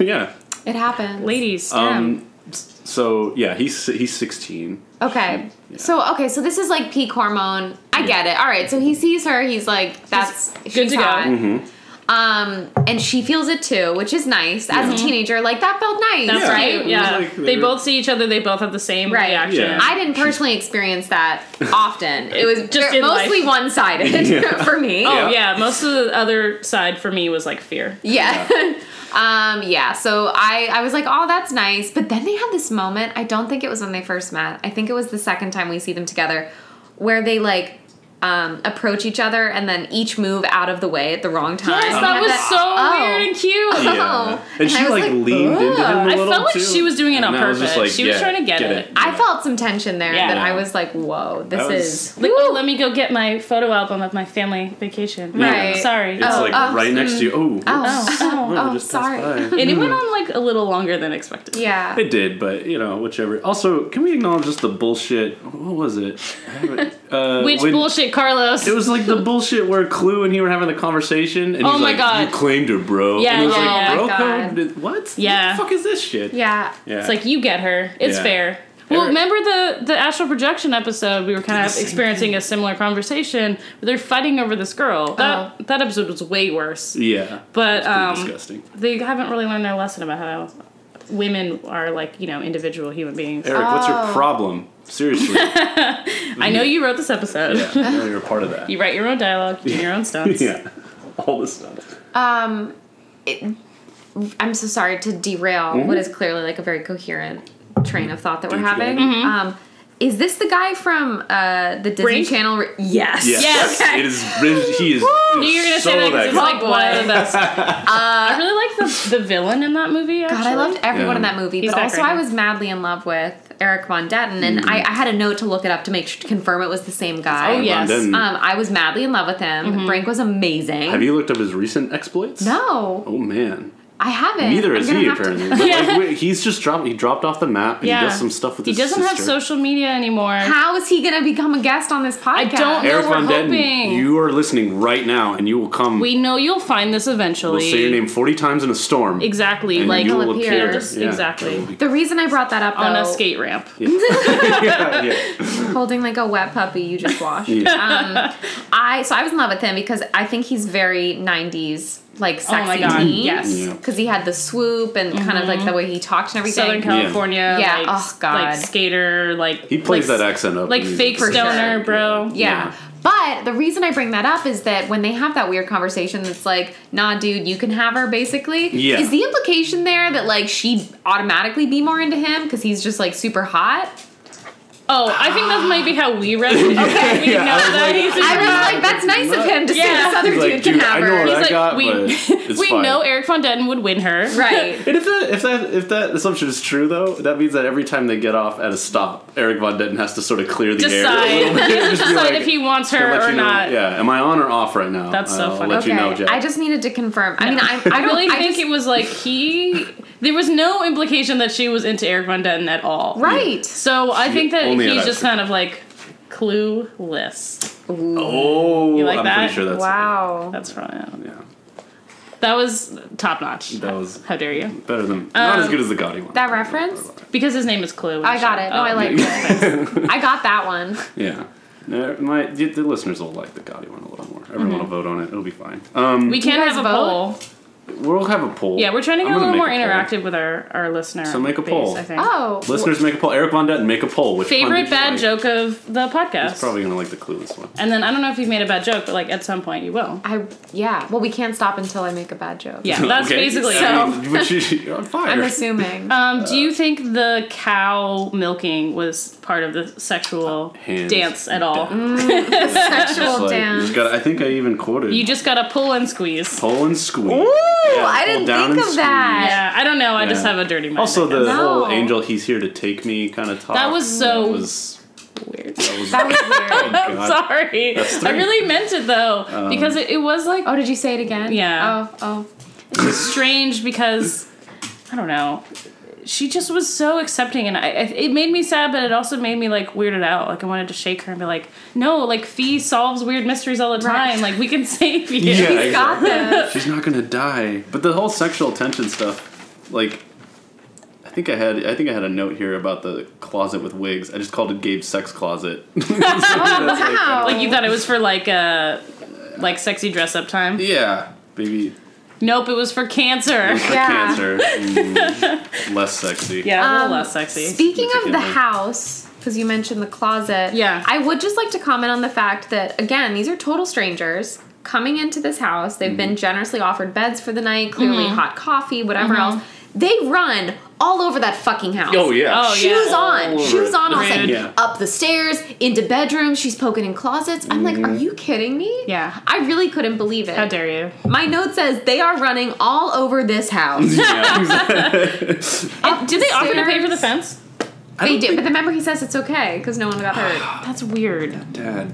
Speaker 1: yeah.
Speaker 3: It happens.
Speaker 2: Ladies, STEM.
Speaker 1: Um. s- So yeah, he's he's 16.
Speaker 3: Okay. So okay, so this is like peak hormone. I get it. All right. So he sees her. He's like, "That's
Speaker 2: good
Speaker 3: she's
Speaker 2: to go.
Speaker 3: hot.
Speaker 1: Mm-hmm.
Speaker 3: Um, and she feels it too, which is nice as a teenager. Like that felt nice,
Speaker 2: That's
Speaker 1: Yeah.
Speaker 3: right?
Speaker 1: It
Speaker 2: right.
Speaker 1: was
Speaker 2: Yeah,
Speaker 1: like they
Speaker 2: they,
Speaker 1: were-
Speaker 2: both see each other. They both have the same
Speaker 3: Right.
Speaker 2: reaction.
Speaker 1: Yeah.
Speaker 3: I didn't personally experience that often. It was
Speaker 2: Just in
Speaker 3: mostly
Speaker 2: life.
Speaker 3: one sided for me.
Speaker 2: oh
Speaker 1: Yeah.
Speaker 2: yeah. Most of the other side for me was like fear.
Speaker 3: Yeah. um, yeah. So I, I was like, oh, that's nice. But then they had this moment. I don't think it was when they first met. I think it was the second time we see them together where they like um, approach each other and then each move out of the way at the wrong time.
Speaker 2: Yes, that
Speaker 3: And
Speaker 2: was
Speaker 3: that-
Speaker 2: so
Speaker 3: oh.
Speaker 2: weird and cute.
Speaker 1: Yeah. And,
Speaker 3: And
Speaker 1: she
Speaker 3: I was
Speaker 1: like,
Speaker 3: like,
Speaker 1: leaned into him a
Speaker 3: "Ugh."
Speaker 2: I
Speaker 1: little
Speaker 2: felt like
Speaker 1: too.
Speaker 2: she was doing it on
Speaker 1: And I was just
Speaker 2: purpose.
Speaker 1: like,
Speaker 2: she was
Speaker 1: yeah,
Speaker 2: trying to get, it.
Speaker 3: I felt some tension there
Speaker 2: Yeah.
Speaker 3: that I was like, whoa, this
Speaker 1: That was-
Speaker 3: is.
Speaker 2: Like, oh, let me go get my photo album of my family vacation.
Speaker 3: Right.
Speaker 2: Oh, sorry.
Speaker 1: It's
Speaker 3: Oh,
Speaker 1: like
Speaker 3: oh,
Speaker 1: right next to you. Oh,
Speaker 3: Oh,
Speaker 2: Oh,
Speaker 1: wow,
Speaker 3: oh,
Speaker 1: just passed
Speaker 3: sorry.
Speaker 1: by.
Speaker 2: and it went on like a little longer than expected.
Speaker 3: yeah.
Speaker 1: It did, but you know, whichever. Also, can we acknowledge just the bullshit? What was it? I haven't- Uh,
Speaker 2: Which
Speaker 1: when-
Speaker 2: bullshit, Carlos?
Speaker 1: It was like the bullshit where Clue and he were having the conversation, and
Speaker 2: Oh
Speaker 1: he's
Speaker 2: my
Speaker 1: like,
Speaker 2: God.
Speaker 1: "You claimed her, bro."
Speaker 2: Yeah,
Speaker 1: and it was
Speaker 2: yeah,
Speaker 1: like,
Speaker 2: yeah.
Speaker 1: "Bro
Speaker 3: Oh my God.
Speaker 1: code? What?
Speaker 2: Yeah.
Speaker 1: What the fuck is this shit?"
Speaker 3: Yeah.
Speaker 1: Yeah.
Speaker 2: it's like you get her. It's
Speaker 1: Yeah.
Speaker 2: fair. Well,
Speaker 1: Eric-
Speaker 2: remember the the astral projection episode? We were kind of experiencing a similar conversation. Where they're fighting over this girl. That that episode was way worse.
Speaker 1: Yeah.
Speaker 2: But
Speaker 1: It's pretty
Speaker 2: um,
Speaker 1: disgusting.
Speaker 2: they haven't really learned their lesson about how women are like you know individual human beings.
Speaker 1: Eric, what's your
Speaker 3: Oh.
Speaker 1: problem? Seriously. yeah,
Speaker 2: I know you wrote this episode.
Speaker 1: I know you're a part of that.
Speaker 2: You write your own dialogue. You do your own stunts.
Speaker 1: Yeah. All this stuff.
Speaker 3: Um, it, I'm so sorry to derail what is clearly like a very coherent train of thought that we're
Speaker 1: Don't Mm-hmm. you
Speaker 3: having.
Speaker 1: love it?
Speaker 2: Mm-hmm.
Speaker 3: Um, is this the guy from uh, the Disney
Speaker 2: Brink?
Speaker 3: Channel? Re- yes.
Speaker 1: Yes.
Speaker 2: Yes.
Speaker 1: It is. He is.
Speaker 2: I knew you were gonna
Speaker 1: so
Speaker 2: say that because it's
Speaker 1: guy.
Speaker 2: like
Speaker 3: guy.
Speaker 2: one of the best. Uh, I really like the, the villain in that movie. Actually.
Speaker 3: God, I loved everyone in
Speaker 1: Yeah.
Speaker 3: that movie,
Speaker 2: He's
Speaker 3: but
Speaker 2: back
Speaker 3: also
Speaker 2: right
Speaker 3: I
Speaker 2: now.
Speaker 3: was madly in love with Eric Von Detten, and
Speaker 1: Mm-hmm.
Speaker 3: I, I had a note to look it up to make sure, to confirm it was the same guy.
Speaker 2: Oh Mm-hmm. yes.
Speaker 1: London.
Speaker 3: Um, I was madly in love with him. Brink was amazing.
Speaker 1: Mm-hmm. Have you looked up his recent exploits?
Speaker 3: No,
Speaker 1: Oh man.
Speaker 3: I haven't.
Speaker 1: Neither
Speaker 3: I'm
Speaker 1: is
Speaker 3: gonna
Speaker 1: he
Speaker 3: have to-
Speaker 1: apparently. But like, wait, he's just dropped. He dropped off the map and
Speaker 2: Yeah.
Speaker 1: he does some stuff with
Speaker 2: He
Speaker 1: his
Speaker 2: doesn't have
Speaker 1: sister.
Speaker 2: social media anymore.
Speaker 3: How is he gonna become a guest on this podcast?
Speaker 2: don't know.
Speaker 1: Eric
Speaker 2: No, we're
Speaker 1: Von Detten,
Speaker 2: hoping.
Speaker 1: you are listening right now, and you will come.
Speaker 2: We know you'll find this eventually.
Speaker 1: will say your name forty times in a storm.
Speaker 2: Exactly.
Speaker 1: And
Speaker 2: like
Speaker 1: you
Speaker 3: I'll
Speaker 1: will
Speaker 3: appear.
Speaker 1: appear.
Speaker 2: Just- exactly.
Speaker 1: it will be-
Speaker 3: The reason I brought that up
Speaker 2: on
Speaker 3: though,
Speaker 2: a skate ramp.
Speaker 1: yeah, yeah.
Speaker 3: holding like a wet puppy you just washed.
Speaker 1: Yeah.
Speaker 3: um, I so I was in love with him because I think he's very '90s like
Speaker 2: Oh my
Speaker 3: sexy
Speaker 2: God,
Speaker 3: teen.
Speaker 2: yes. Mm-hmm.
Speaker 1: Yeah.
Speaker 3: because he had the swoop and kind of like the way he talked and
Speaker 2: Southern
Speaker 3: everything.
Speaker 2: California.
Speaker 3: Yeah,
Speaker 2: Like,
Speaker 3: oh, God.
Speaker 2: like skater. Like
Speaker 1: He plays
Speaker 2: like,
Speaker 1: that accent up.
Speaker 2: Like
Speaker 1: in the
Speaker 2: fake
Speaker 1: music.
Speaker 2: stoner, bro.
Speaker 3: yeah.
Speaker 1: Yeah.
Speaker 3: But the reason I bring that up is that when they have that weird conversation that's like, nah, dude, you can have her, basically,
Speaker 1: Yeah.
Speaker 3: is the implication there that like she'd automatically be more into him because he's just like super hot?
Speaker 2: Oh, I think that might be how we read. it. Okay, we
Speaker 1: Yeah, I
Speaker 2: know
Speaker 1: was
Speaker 2: that
Speaker 1: like-
Speaker 2: he's a
Speaker 3: I
Speaker 2: drug.
Speaker 3: was like, that's nice of him to say
Speaker 2: Yeah.
Speaker 3: this other
Speaker 1: He's
Speaker 3: dude
Speaker 1: like,
Speaker 3: can
Speaker 1: "Dude,
Speaker 3: have
Speaker 1: I know
Speaker 3: her.
Speaker 1: what
Speaker 2: He's
Speaker 1: I
Speaker 2: like,
Speaker 1: got,
Speaker 2: we
Speaker 1: but it's
Speaker 2: we
Speaker 1: fine.
Speaker 2: know Eric Von Detten would win her,
Speaker 3: right.
Speaker 1: And if that if that if that assumption is true though, that means that every time they get off at a stop, Eric Von Detten has to sort of clear the air. a little
Speaker 2: Decide,
Speaker 1: bit and just be
Speaker 2: decide
Speaker 1: like,
Speaker 2: if he wants her
Speaker 1: "I'll let
Speaker 2: or
Speaker 1: you know-
Speaker 2: not.
Speaker 1: Yeah, am I on or off right now?
Speaker 2: That's so
Speaker 1: I'll
Speaker 2: funny.
Speaker 1: let you know, Jack.
Speaker 3: I just needed to confirm. I mean, I, I
Speaker 2: I
Speaker 3: don't
Speaker 2: really
Speaker 3: I
Speaker 2: think
Speaker 3: just-
Speaker 2: it was like he. There was no implication that she was into Eric Von Detten at all.
Speaker 3: right.
Speaker 2: So I think that
Speaker 1: only
Speaker 2: he's
Speaker 1: at
Speaker 2: just
Speaker 1: Oxford.
Speaker 2: kind of like clueless.
Speaker 1: oh,
Speaker 2: You like
Speaker 1: I'm
Speaker 2: that?
Speaker 1: pretty sure that's
Speaker 3: Wow.
Speaker 2: That's probably
Speaker 1: Yeah,
Speaker 2: that was top notch.
Speaker 1: That was-
Speaker 2: how dare you?
Speaker 1: better than
Speaker 2: Um,
Speaker 1: not as good as the Gotti one.
Speaker 3: That reference?
Speaker 2: Because his name is Clue. in the
Speaker 3: I got
Speaker 2: show.
Speaker 3: it. No, I
Speaker 2: Oh.
Speaker 3: like it. I got that one.
Speaker 1: yeah. No, My the the listeners will like the Gotti one a little more. Everyone
Speaker 2: Mm-hmm.
Speaker 1: will vote on it. It'll be fine. Um,
Speaker 2: We can
Speaker 3: guys
Speaker 2: have a
Speaker 3: vote?
Speaker 2: poll.
Speaker 1: we'll have a poll.
Speaker 2: Yeah, we're trying to get
Speaker 1: I'm
Speaker 2: a
Speaker 1: gonna
Speaker 2: little more
Speaker 1: make a poll.
Speaker 2: interactive with our our listener.
Speaker 1: So make a
Speaker 2: base,
Speaker 1: poll.
Speaker 2: I think.
Speaker 3: Oh.
Speaker 1: Listeners, make a poll. Eric Von Detten, make a poll. Which one did
Speaker 2: Favorite
Speaker 1: you
Speaker 2: bad
Speaker 1: like?
Speaker 2: joke of the podcast.
Speaker 1: Probably gonna like the clueless one.
Speaker 2: And then I don't know if you've made a bad joke, but like at some point you will.
Speaker 3: I yeah. Well, we can't stop until I make a bad joke.
Speaker 2: Yeah, that's
Speaker 1: Okay.
Speaker 2: basically it.
Speaker 1: I mean, but you, you're on fire.
Speaker 3: I'm assuming.
Speaker 2: Um, do you think the cow milking was part of the sexual
Speaker 1: Hands
Speaker 2: dance at all? Mm,
Speaker 1: down. It's
Speaker 3: Sexual
Speaker 1: like, you
Speaker 3: dance.
Speaker 1: just gotta- I think I even quoted
Speaker 2: You just gotta pull and squeeze.
Speaker 1: pull and squeeze.
Speaker 3: Ooh,
Speaker 1: Yeah,
Speaker 3: I
Speaker 1: pull
Speaker 3: didn't
Speaker 1: down
Speaker 3: think
Speaker 1: and
Speaker 3: of that.
Speaker 2: Yeah, I don't know. I just
Speaker 1: Yeah.
Speaker 2: have a dirty mind.
Speaker 1: Also,
Speaker 2: I
Speaker 1: the
Speaker 2: guess.
Speaker 1: whole
Speaker 3: No.
Speaker 1: angel, he's here to take me kind of talk.
Speaker 2: that was so
Speaker 1: That was.
Speaker 2: weird.
Speaker 1: That was,
Speaker 3: That was
Speaker 1: oh,
Speaker 3: weird.
Speaker 2: I'm
Speaker 1: God.
Speaker 2: sorry. I
Speaker 1: three. Um,
Speaker 2: really meant it though because it, it was like
Speaker 3: Oh, did you say it again?
Speaker 2: Yeah.
Speaker 3: Oh,
Speaker 2: strange because I don't know. She just was so accepting, and I, I, it made me sad, but it also made me like weirded out. Like I wanted to shake her and be like, "No, like Fee solves weird mysteries all the
Speaker 3: Right.
Speaker 2: time. Like we can save you."
Speaker 1: Yeah,
Speaker 3: oh. He's got this.
Speaker 1: She's not gonna die. But the whole sexual tension stuff, like, I think I had I think I had a note here about the closet with wigs. I just called it Gabe's sex closet.
Speaker 3: Oh, Wow.
Speaker 2: Like you thought it was for like uh like sexy dress up time.
Speaker 1: yeah, baby,
Speaker 2: Nope, it was for cancer.
Speaker 1: for
Speaker 3: Yeah.
Speaker 1: cancer, Mm, less sexy.
Speaker 2: Yeah, a little
Speaker 3: Um,
Speaker 2: less sexy.
Speaker 3: Speaking of the
Speaker 1: Particularly.
Speaker 3: house, because you mentioned the closet.
Speaker 2: Yeah.
Speaker 3: I would just like to comment on the fact that again, these are total strangers coming into this house. They've
Speaker 1: Mm-hmm.
Speaker 3: been generously offered beds for the night, clearly
Speaker 2: Mm-hmm.
Speaker 3: hot coffee, whatever else. They run all over that fucking house.
Speaker 1: Oh yeah.
Speaker 2: Oh, yeah.
Speaker 3: shoes on,
Speaker 1: All over
Speaker 3: shoes
Speaker 1: it.
Speaker 3: on, all of a sudden,
Speaker 1: Yeah.
Speaker 3: up the stairs, into bedrooms. She's poking in closets. I'm like, are
Speaker 1: Mm-hmm.
Speaker 3: you kidding me?
Speaker 2: Yeah.
Speaker 3: I really couldn't believe it.
Speaker 2: How dare you?
Speaker 3: My note says they are running all over this house.
Speaker 1: Yeah,
Speaker 3: Up
Speaker 2: Did they offer to pay for the
Speaker 3: stairs.
Speaker 2: fence?
Speaker 3: They
Speaker 1: don't
Speaker 3: do,
Speaker 1: think-
Speaker 3: but the member he says it's okay because no one got hurt.
Speaker 2: That's weird.
Speaker 1: Dad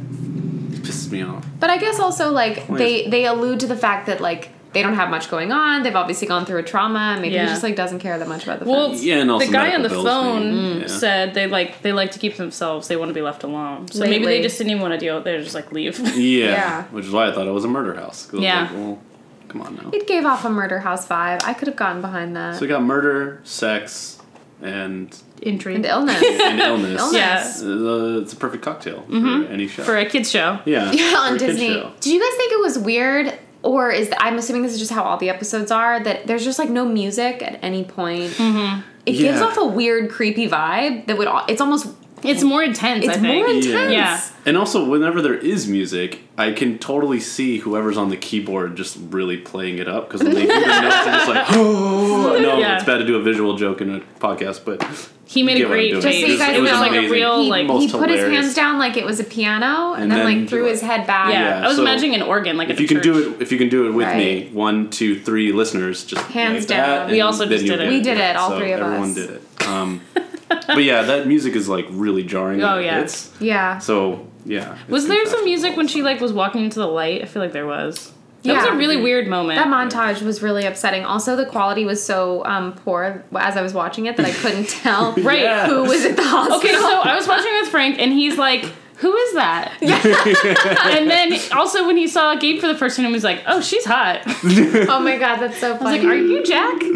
Speaker 1: pisses me off.
Speaker 3: But I guess also like they they allude to the fact that like they don't have much going on. They've obviously gone through a trauma. and Maybe
Speaker 2: Yeah.
Speaker 3: he just like doesn't care that much about the
Speaker 2: Well,
Speaker 3: fence.
Speaker 1: Yeah, and also
Speaker 2: the guy on the
Speaker 1: medical bills Mm.
Speaker 2: phone
Speaker 1: being- yeah.
Speaker 2: said they like they like to keep themselves. They want to be left alone. So maybe
Speaker 3: Lately.
Speaker 2: they just didn't even want to deal. They're just like leave.
Speaker 1: Yeah.
Speaker 3: Yeah.
Speaker 1: Which is why I thought it was a murder house. 'Cause I was
Speaker 2: Yeah.
Speaker 1: like, well, come on now.
Speaker 3: It gave off a murder house vibe. I could have gotten behind that.
Speaker 1: So we got murder, sex, and
Speaker 2: intrigue.
Speaker 3: And illness.
Speaker 1: and illness.
Speaker 2: Yeah.
Speaker 1: Uh, it's a perfect cocktail for any show.
Speaker 2: Mm-hmm. For a kids show.
Speaker 1: yeah,
Speaker 3: Yeah, on
Speaker 1: for a kid's
Speaker 3: Disney.
Speaker 1: show.
Speaker 3: Did you guys think it was weird? Or is the, I'm assuming this is just how all the episodes are that there's just like no music at any point. Mm-hmm. It gives
Speaker 1: Yeah.
Speaker 3: off a weird, creepy vibe that would. al- It's almost.
Speaker 2: It's more intense,
Speaker 3: It's
Speaker 2: I think.
Speaker 3: more intense.
Speaker 2: Yeah.
Speaker 1: And also, whenever there is music, I can totally see whoever's on the keyboard just really playing it up because when they do the notes, it's just like, oh, no,
Speaker 2: Yeah.
Speaker 1: it's bad to do a visual joke in a podcast, but
Speaker 2: He made
Speaker 1: You get
Speaker 2: a
Speaker 1: what I'm
Speaker 2: great
Speaker 1: doing.
Speaker 3: Just so you
Speaker 2: face.
Speaker 3: guys
Speaker 2: It was
Speaker 3: know,
Speaker 2: like a
Speaker 1: amazing.
Speaker 2: real
Speaker 3: He,
Speaker 2: like
Speaker 1: Most
Speaker 3: he put his
Speaker 1: hilarious.
Speaker 3: hands down like it was a piano and,
Speaker 1: And
Speaker 3: then,
Speaker 1: then
Speaker 3: like threw
Speaker 1: do it.
Speaker 3: his head back.
Speaker 2: yeah,
Speaker 1: Yeah,
Speaker 2: I was
Speaker 1: so
Speaker 2: imagining an organ like
Speaker 1: if you can do it, if you can do it with me,
Speaker 3: Right.
Speaker 1: one, two, three listeners, just
Speaker 3: Hands
Speaker 1: like that,
Speaker 3: down.
Speaker 1: and
Speaker 2: We also
Speaker 1: then
Speaker 2: just
Speaker 1: you
Speaker 2: did it.
Speaker 3: We did it, all
Speaker 1: So
Speaker 3: three of
Speaker 1: everyone
Speaker 3: us.
Speaker 1: did it. Um, but yeah, that music is like really jarring.
Speaker 2: Oh,
Speaker 1: It
Speaker 2: yeah.
Speaker 1: hits.
Speaker 3: Yeah.
Speaker 1: So yeah. it's
Speaker 2: Was there some
Speaker 1: impactful.
Speaker 2: music when she like was walking into the light? I feel like there was. That was
Speaker 3: Yeah.
Speaker 2: a really weird moment.
Speaker 3: That montage was really upsetting. Also, the quality was so um, poor as I was watching it that I couldn't tell
Speaker 2: Right.
Speaker 1: Yeah.
Speaker 3: who was at the hospital.
Speaker 2: Okay, so I was watching with Frank, and he's like, "Who is that?" and then also when he saw Gabe for the first time, he was like, "Oh, she's hot." I was
Speaker 3: oh my god, that's so funny.
Speaker 2: like, "Are you Jack?"
Speaker 3: you?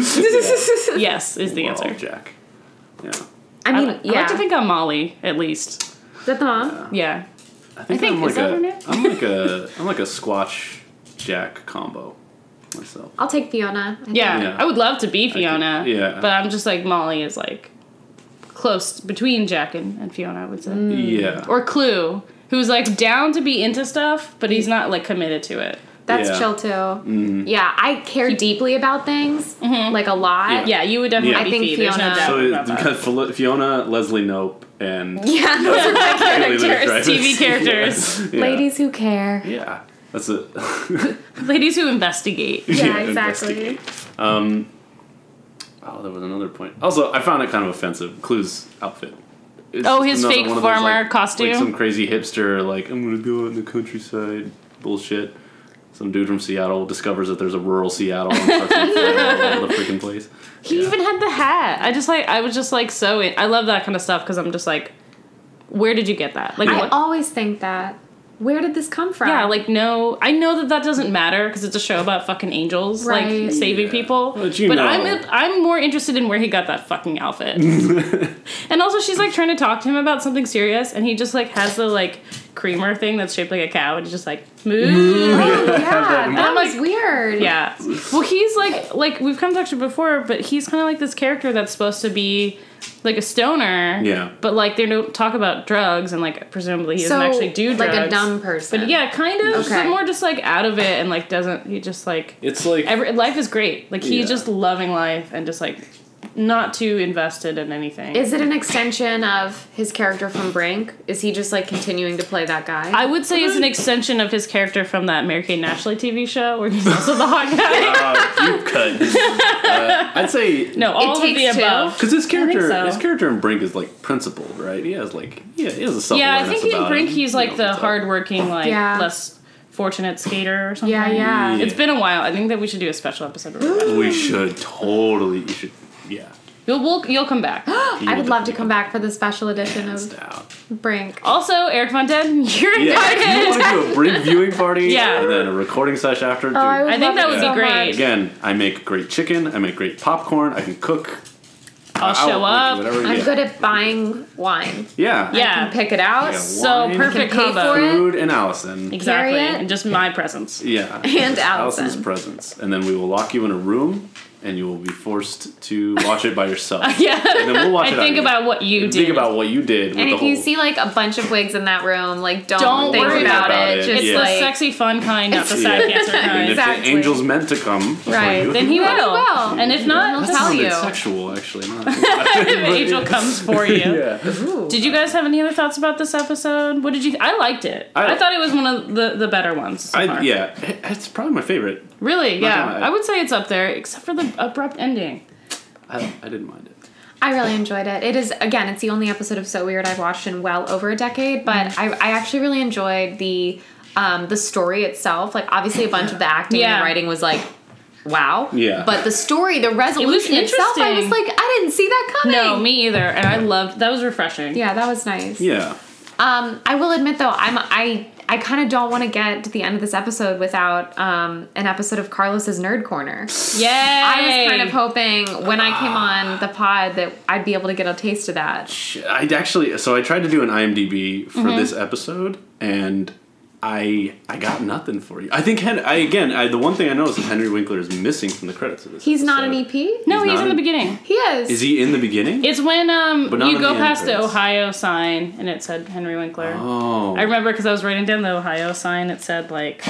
Speaker 2: yes, is the
Speaker 1: We're all
Speaker 2: answer.
Speaker 1: Jack. Yeah.
Speaker 3: I
Speaker 2: I,
Speaker 3: mean,
Speaker 2: I
Speaker 3: yeah.
Speaker 2: like to think I'm Molly at least.
Speaker 3: Is that the mom?
Speaker 2: Yeah.
Speaker 1: I think,
Speaker 2: think-
Speaker 1: I'm like
Speaker 2: is that her name?
Speaker 1: a I'm like a I'm like a Squatch Jack combo myself.
Speaker 3: I'll take Fiona. I think.
Speaker 2: yeah,
Speaker 1: Yeah.
Speaker 2: I would love to be Fiona.
Speaker 1: could- yeah.
Speaker 2: but I'm just like Molly is like close between Jack and, and Fiona. I would say,
Speaker 3: Mm.
Speaker 1: Yeah.
Speaker 2: or Clue, who's like down to be into stuff, but
Speaker 3: Mm.
Speaker 2: he's not like committed to it.
Speaker 3: That's
Speaker 1: Yeah. Mm-hmm.
Speaker 3: chill too. Yeah, I care deeply about things, like a lot.
Speaker 2: Yeah, you would definitely
Speaker 1: Yeah.
Speaker 2: be
Speaker 1: I
Speaker 3: think
Speaker 2: Phoebe. There's no
Speaker 3: Fiona-
Speaker 2: doubt
Speaker 1: so it-
Speaker 2: about that.
Speaker 1: because Fel- Fiona, Leslie Nope, and
Speaker 3: Yeah, those are my
Speaker 1: Julie Louis
Speaker 3: characters.
Speaker 1: Dreyfus.
Speaker 2: TV characters.
Speaker 1: Yeah.
Speaker 3: Ladies who care.
Speaker 1: Yeah. That's it.
Speaker 2: Ladies who investigate.
Speaker 3: Yeah,
Speaker 1: Yeah,
Speaker 3: exactly.
Speaker 1: investigate. Um, oh, there was another point. Also, I found it kind of offensive. Clue's outfit. It's
Speaker 2: Oh,
Speaker 1: just
Speaker 2: his
Speaker 1: another
Speaker 2: fake
Speaker 1: one of
Speaker 2: farmer
Speaker 1: like-
Speaker 2: costume?
Speaker 1: Like some crazy hipster, like, I'm going to go out in the countryside. Bullshit. Some dude from Seattle discovers that there's a rural Seattle and starts to fight all the freaking place.
Speaker 2: He
Speaker 1: Yeah.
Speaker 2: even had the hat. I just like I was just like so in, I love that kind of stuff because I'm just like, where did you get that? Like
Speaker 3: I
Speaker 2: what?
Speaker 3: always think that. Where did this come from?
Speaker 2: yeah, like no, I know that that doesn't matter because it's a show about fucking angels,
Speaker 3: Right.
Speaker 2: like saving
Speaker 1: Yeah.
Speaker 2: people.
Speaker 1: But you know.
Speaker 2: I'm I'm more interested in where he got that fucking outfit. and also, she's like trying to talk to him about something serious, and he just like has the like creamer thing that's shaped like a cow, and he's just like move.
Speaker 3: oh, yeah, that,
Speaker 2: I'm
Speaker 3: was
Speaker 2: like-
Speaker 3: weird.
Speaker 2: Yeah. Well, he's like like we've come to actually before, but he's kind of like this character that's supposed to be like a stoner.
Speaker 1: Yeah.
Speaker 2: But like they don't talk about drugs and like presumably he
Speaker 3: so
Speaker 2: doesn't actually do drugs.
Speaker 3: like a dumb person.
Speaker 2: But yeah, kind of.
Speaker 3: Okay.
Speaker 2: But more just like out of it and like doesn't he just like
Speaker 1: It's like.
Speaker 2: every life is great. Like he's
Speaker 1: Yeah.
Speaker 2: just loving life and just like not too invested in anything.
Speaker 3: Is it an extension of his character from Brink? Is he just like continuing to play that guy?
Speaker 2: I would say it's an extension of his character from that Mary Kay Nashley TV show where he's also the hot guy.
Speaker 1: Uh, you cut. Uh, I'd say.
Speaker 2: No, all of the
Speaker 3: Takes Two.
Speaker 2: above.
Speaker 1: Because his character,
Speaker 2: so.
Speaker 1: his character in Brink is like principled, right? He has like, yeah, he has a self
Speaker 2: Yeah, I think in
Speaker 1: about
Speaker 2: Brink
Speaker 1: him.
Speaker 2: he's
Speaker 1: You
Speaker 2: like
Speaker 1: know,
Speaker 2: the
Speaker 1: what's up.
Speaker 2: hardworking, like
Speaker 3: Yeah.
Speaker 2: less fortunate skater or something.
Speaker 3: yeah, yeah.
Speaker 1: Yeah.
Speaker 2: It's been a while. I think that we should do a special episode. We'll,
Speaker 1: We should totally. You should. Yeah.
Speaker 2: we'll you'll come back.
Speaker 3: I would love to come back for the special edition
Speaker 1: Hands
Speaker 3: of
Speaker 1: down.
Speaker 3: Brink.
Speaker 2: Also, Eric Von Den, you're
Speaker 1: Yeah.
Speaker 2: invited.
Speaker 1: if you want to do a Brink viewing party?
Speaker 2: Yeah.
Speaker 1: And then a recording sesh after. dude,
Speaker 3: Oh, I would
Speaker 2: I think
Speaker 3: love
Speaker 2: that
Speaker 3: it
Speaker 2: would
Speaker 3: so
Speaker 2: be great.
Speaker 3: much.
Speaker 1: Again, I make great chicken. I make great popcorn. I can cook.
Speaker 2: I'll show up.
Speaker 1: Whatever.
Speaker 3: I'm
Speaker 1: yeah.
Speaker 3: good at buying wine.
Speaker 1: Yeah.
Speaker 2: Yeah.
Speaker 3: I can pick it out.
Speaker 1: Yeah.
Speaker 2: So
Speaker 1: Wine.
Speaker 2: perfect
Speaker 3: Can pay for
Speaker 2: combo.
Speaker 3: it.
Speaker 1: Food and Allison.
Speaker 2: Exactly,
Speaker 3: Carry it.
Speaker 2: and just my presence.
Speaker 1: Yeah.
Speaker 3: And
Speaker 1: Allison's
Speaker 3: Allison.
Speaker 1: presence, and then we will lock you in a room, and you will be forced to watch it by yourself.
Speaker 2: Yeah,
Speaker 1: And then we'll watch
Speaker 2: I
Speaker 1: it. out
Speaker 2: think
Speaker 1: here.
Speaker 2: about what you did.
Speaker 1: Think about what you did. With
Speaker 3: And
Speaker 1: the
Speaker 3: if you
Speaker 1: whole-
Speaker 3: see like a bunch of wigs in that room, like don't,
Speaker 2: Don't
Speaker 3: think
Speaker 2: worry
Speaker 3: about,
Speaker 1: about
Speaker 3: it.
Speaker 1: it.
Speaker 3: Just
Speaker 2: it's
Speaker 1: Yeah.
Speaker 2: the
Speaker 3: like
Speaker 2: sexy fun kind, not the
Speaker 1: Yeah.
Speaker 2: sad cancer
Speaker 1: And
Speaker 2: kind.
Speaker 3: Exactly.
Speaker 1: if the angels meant to come, for
Speaker 3: Right.
Speaker 1: you-
Speaker 2: Then he will.
Speaker 3: Then he will.
Speaker 2: And if not,
Speaker 3: He'll
Speaker 2: just-
Speaker 3: tell
Speaker 1: Sounded
Speaker 3: you.
Speaker 1: sexual, actually. Not.
Speaker 2: Angel comes for you.
Speaker 1: yeah.
Speaker 2: Did you guys have any other thoughts about this episode? What did you? I liked it. I,
Speaker 1: I-
Speaker 2: thought it was one of the, the better ones. So
Speaker 1: I,
Speaker 2: far.
Speaker 1: yeah, it- it's probably my favorite.
Speaker 2: Really? Yeah.
Speaker 1: gonna lie.
Speaker 2: I would say it's up there, except for the abrupt ending.
Speaker 1: I, I didn't mind it.
Speaker 3: I really enjoyed it. It is again, it's the only episode of So Weird I've watched in well over a decade, but I,
Speaker 2: Mm.
Speaker 3: I actually really enjoyed the um, the story itself. Like obviously a bunch of the acting and
Speaker 2: Yeah.
Speaker 3: the writing was like wow.
Speaker 1: Yeah.
Speaker 3: But the story, the resolution itself, I was
Speaker 2: interesting.
Speaker 3: like, I didn't see that coming.
Speaker 2: No, me either. And I loved that was refreshing.
Speaker 3: Yeah, that was nice.
Speaker 1: Yeah,
Speaker 3: Um, I will admit though, I'm I I kind of don't want to get to the end of this episode without um, an episode of Carlos's Nerd Corner.
Speaker 2: Yay!
Speaker 3: I was kind of hoping when I came on the pod that I'd be able to get a taste of that.
Speaker 1: I actually so I tried to do an IMDb for
Speaker 3: Mm-hmm.
Speaker 1: this episode and I I got nothing for you. I think Hen- I again I, the one thing I noticed is Henry Winkler is missing from the credits of this.
Speaker 3: He's not an
Speaker 1: episode.
Speaker 3: EP.
Speaker 2: no,
Speaker 1: He's
Speaker 2: he's,
Speaker 1: not
Speaker 2: in the
Speaker 1: in-
Speaker 2: beginning.
Speaker 3: he is.
Speaker 1: Is he in the beginning?
Speaker 2: It's when um
Speaker 1: But not
Speaker 2: you
Speaker 1: in
Speaker 2: go
Speaker 1: the
Speaker 2: past the
Speaker 1: entrance.
Speaker 2: Ohio sign and it said Henry Winkler.
Speaker 1: oh,
Speaker 2: I remember because I was writing down the Ohio sign. It said like